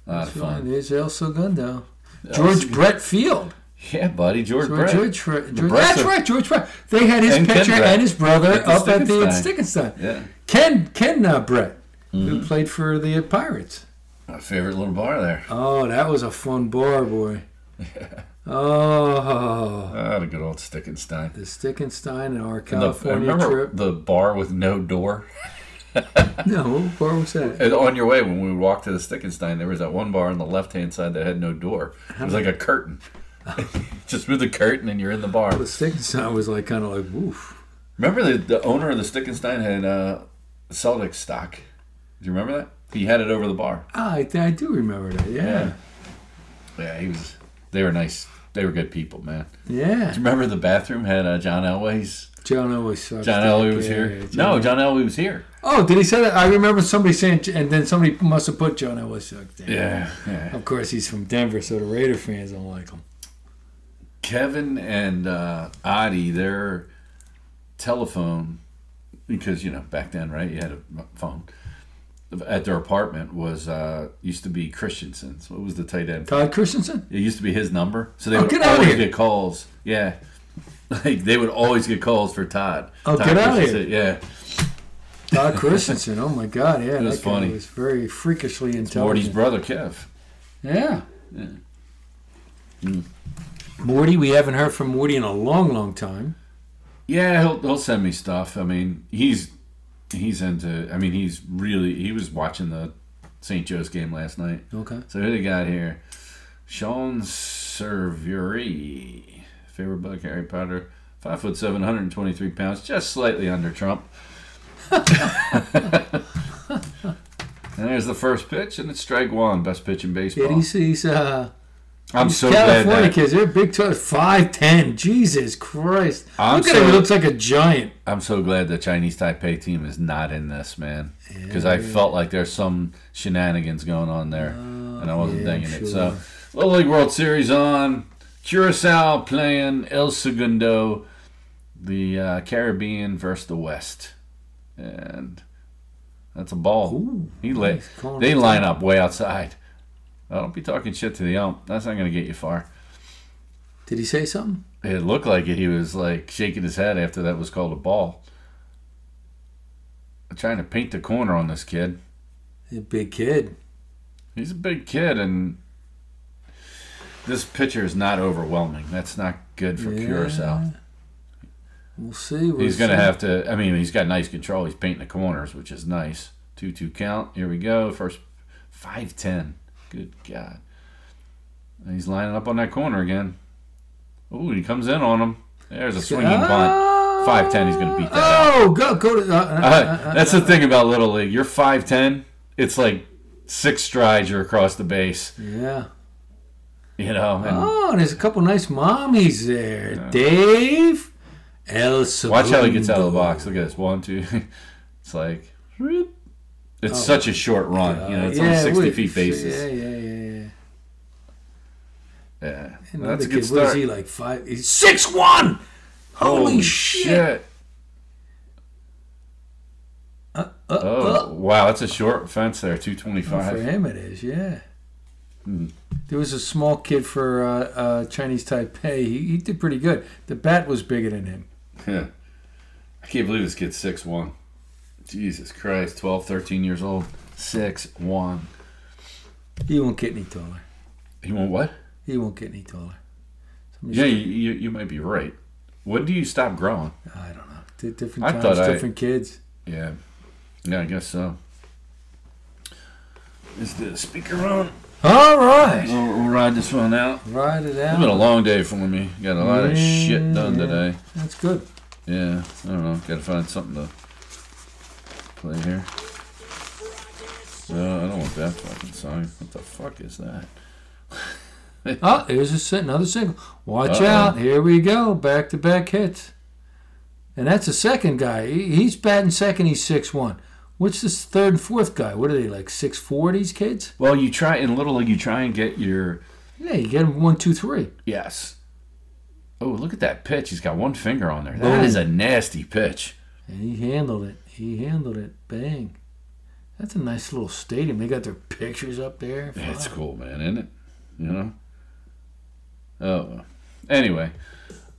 A lot of fun. There's El Segundo. George Brett Field. Yeah, buddy, George George, Brett. George, Fre- George- Bretts that's are- right, George Brett. They had his And Ken picture Brett. and his brother At the up at the Stickenstein. Stickenstein. Yeah, Mm-hmm. Ken Ken uh, Brett, who played for the Pirates. my favorite little bar there. Oh, that was a fun bar, boy. Oh, Ah, the good old Stickenstein. the Stickenstein and our And the- California remember Uh, trip. (laughs) the bar with no door? No, what bar was that? And on your way, when we walked to the Stickenstein, there was that one bar on the left hand side that had no door. It was like a (laughs) curtain. (laughs) Just move the curtain and you're in the bar. The Stickenstein was like kind of like woof. Remember the, the owner of the Stickenstein had uh, Celtic stock. Do you remember that? He had it over the bar. Ah, I, I do remember that. Yeah, Yeah, he was. They were nice. They were good people, man. yeah. Do you remember the bathroom had uh, John Elway's? John always sucks. John dick. Elway was Yeah, here. yeah, no, John Elway was here. Oh, did he say that? I remember somebody saying, and then somebody must have put John Elway sucked. Yeah, yeah. Of course, he's from Denver, so the Raider fans don't like him. Kevin and uh, Adi, their telephone, because you know back then, right? You had a phone. At their apartment was uh, used to be Christensen's. What was the tight end? Todd Christensen? It used to be his number, so they Oh, would get outta always here. get calls. Yeah, (laughs) like they would always get calls for Todd. Oh, Todd get outta here. Christensen, Yeah, Todd Christensen. Oh, my God. Yeah, was that guy funny. was very freakishly Morty's intelligent. brother Kev. yeah. Hmm. Morty, we haven't heard from Morty in a long, long time. Yeah, he'll he'll send me stuff. I mean, he's he's into. I mean, he's really he was watching the St. Joe's game last night. Okay. So who they got here? Sean Servuri, favorite book Harry Potter, five foot seven, 123 pounds, just slightly under Trump. (laughs) and there's the first pitch, and it's strike one, best pitch in Yeah, baseball. he's, he's, uh, Oh. I'm he's so California glad that kids. They're big toes. 5'10. Jesus Christ. I'm Look at him. He so- looks like a giant. I'm so glad the Chinese Taipei team is not in this, man, because I felt like there's some shenanigans going on there, and I wasn't Uh, yeah, I'm thinking it. sure. So, Little League World Series on Curacao playing El Segundo, the uh, Caribbean versus the West, and that's a ball. Ooh, he la- nice call. they line up way outside. I don't be talking shit to the ump. That's not gonna get you far. Did he say something? It looked like it. He was like shaking his head after that was called a ball. I'm trying to paint the corner on this kid. A big kid. He's a big kid, and this pitcher is not overwhelming. That's not good for Yeah. Curacao. We'll see. We'll He's going to see. have to. I mean, he's got nice control. He's painting the corners, which is nice. Two-two count. Here we go. First five ten. Good God. And he's lining up on that corner again. Ooh, he comes in on him. There's a swinging bunt. Oh! 5'10", he's gonna beat that Oh, go go to. Uh, uh, uh, Uh, that's the thing about little league. You're five ten. It's like six strides you're across the base. yeah. You know. And Oh, and there's a couple nice mommies there. Dave, El watch how he gets out of the Segundo. box. Look at this. One, two. (laughs) It's like. whoop. It's such a short run. you know, it's Oh. Yeah, on sixty wait, feet Yeah, basis. yeah, yeah. yeah. Yeah, that's And that's a good kid, what is start. he like? Five, he's six one. Holy, shit! Uh, uh, uh. Oh, Oh wow, that's a short fence there. Two twenty For five. him, it is. Yeah. Hmm. There was a small kid for uh, uh, Chinese Taipei. He, he did pretty good. The bat was bigger than him. Yeah. I can't believe this kid's six one. Jesus Christ, 12, 13 years old. Six one. He won't get any taller. He won what? He won't get any taller. Somebody's- Yeah, you, you, you might be right. When do you stop growing? I don't know. Di- Different I times, thought I- different kids. Yeah. Yeah, I guess so. Is the speaker on? All right. We'll, we'll ride this one out. Ride it It's been a out. long day for me. Got a lot of shit done Yeah. today. That's good. Yeah, I don't know. Got to find something to play here. So Uh, want that fucking sign. What the fuck is that? Oh, there's a, si- another single. Watch Uh-oh. out. Here we go. Back to back hits. And that's the second guy. He, he's batting second. He's six one. What's this third and fourth guy? What are they, like 6'4", these kids? Well, you try in little league, you try and get your Yeah, you get him one, two, three. yes. Oh, look at that pitch. He's got one finger on there. That is a nasty pitch. And he handled it. He handled it. Bang. That's a nice little stadium. They got their pictures up there. It's Fuck. cool, man, isn't it? You know. Oh, well. anyway.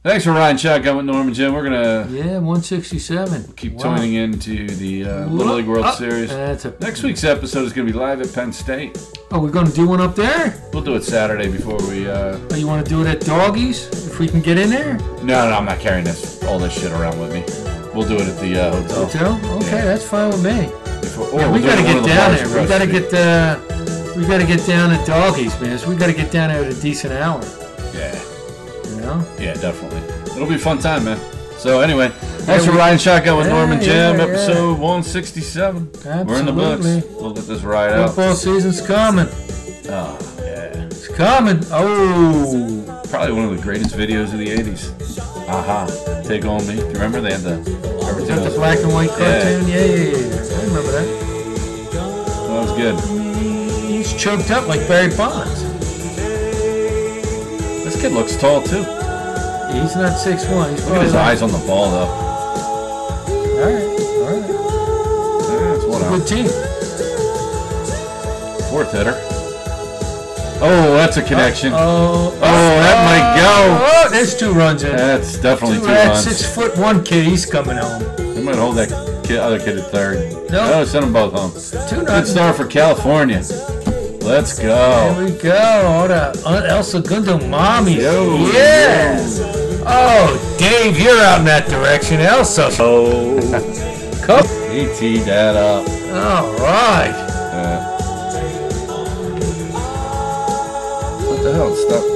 Thanks for riding shotgun with Norman Jim. We're gonna Yeah, 167. keep Wow. tuning into the uh, Little League World Oh, Series. That's a, Next week's episode is gonna be live at Penn State. oh, we're going to do one up there? We'll do it Saturday before we. Uh, Oh, you want to do it at Doggies? If we can get in there? no, no, I'm not carrying this all this shit around with me. We'll do it at the uh, hotel. Hotel? Okay, Yeah. that's fine with me. Before, or Yeah, we we'll do it got to at one get of the down bars there. We across got to the get uh, we got to get down at Doggies, man. So we got to get down there at a decent hour. street. Yeah. You know? Yeah, definitely. It'll be a fun time, man. So anyway, thanks Yeah, for we- riding shotgun with Yeah, Norman yeah, Jim, yeah. episode 167. We're in the books. Absolutely. We'll get this ride out. Football season's coming. Oh, yeah. It's coming. Oh, Probably one of the greatest videos of the 80s. Aha. Take on me. Do you remember they had the everything got the was, black and white Yeah. cartoon. Yeah, yeah, yeah. yeah. I remember that. that was good. He's choked up like Barry Bonds. This kid looks tall too. He's not six one. Look at He's probably his like- eyes on the ball though. All right, all right. Yeah, That's one out. Good team. Fourth hitter. Oh, that's a connection. Oh, oh, that might go. Oh, there's two runs in. That's definitely two that runs. six foot one kid. He's coming home. They might hold that kid, other kid at third. No. No, send them both home. Two Good runs. start for California. Let's There go. we go. All the Aunt El Segundo mommies. Yo. yeah. Oh, Dave, you're out in that direction. El Segundo. Oh, he teed that up. All right. Uh, what the hell? Stop.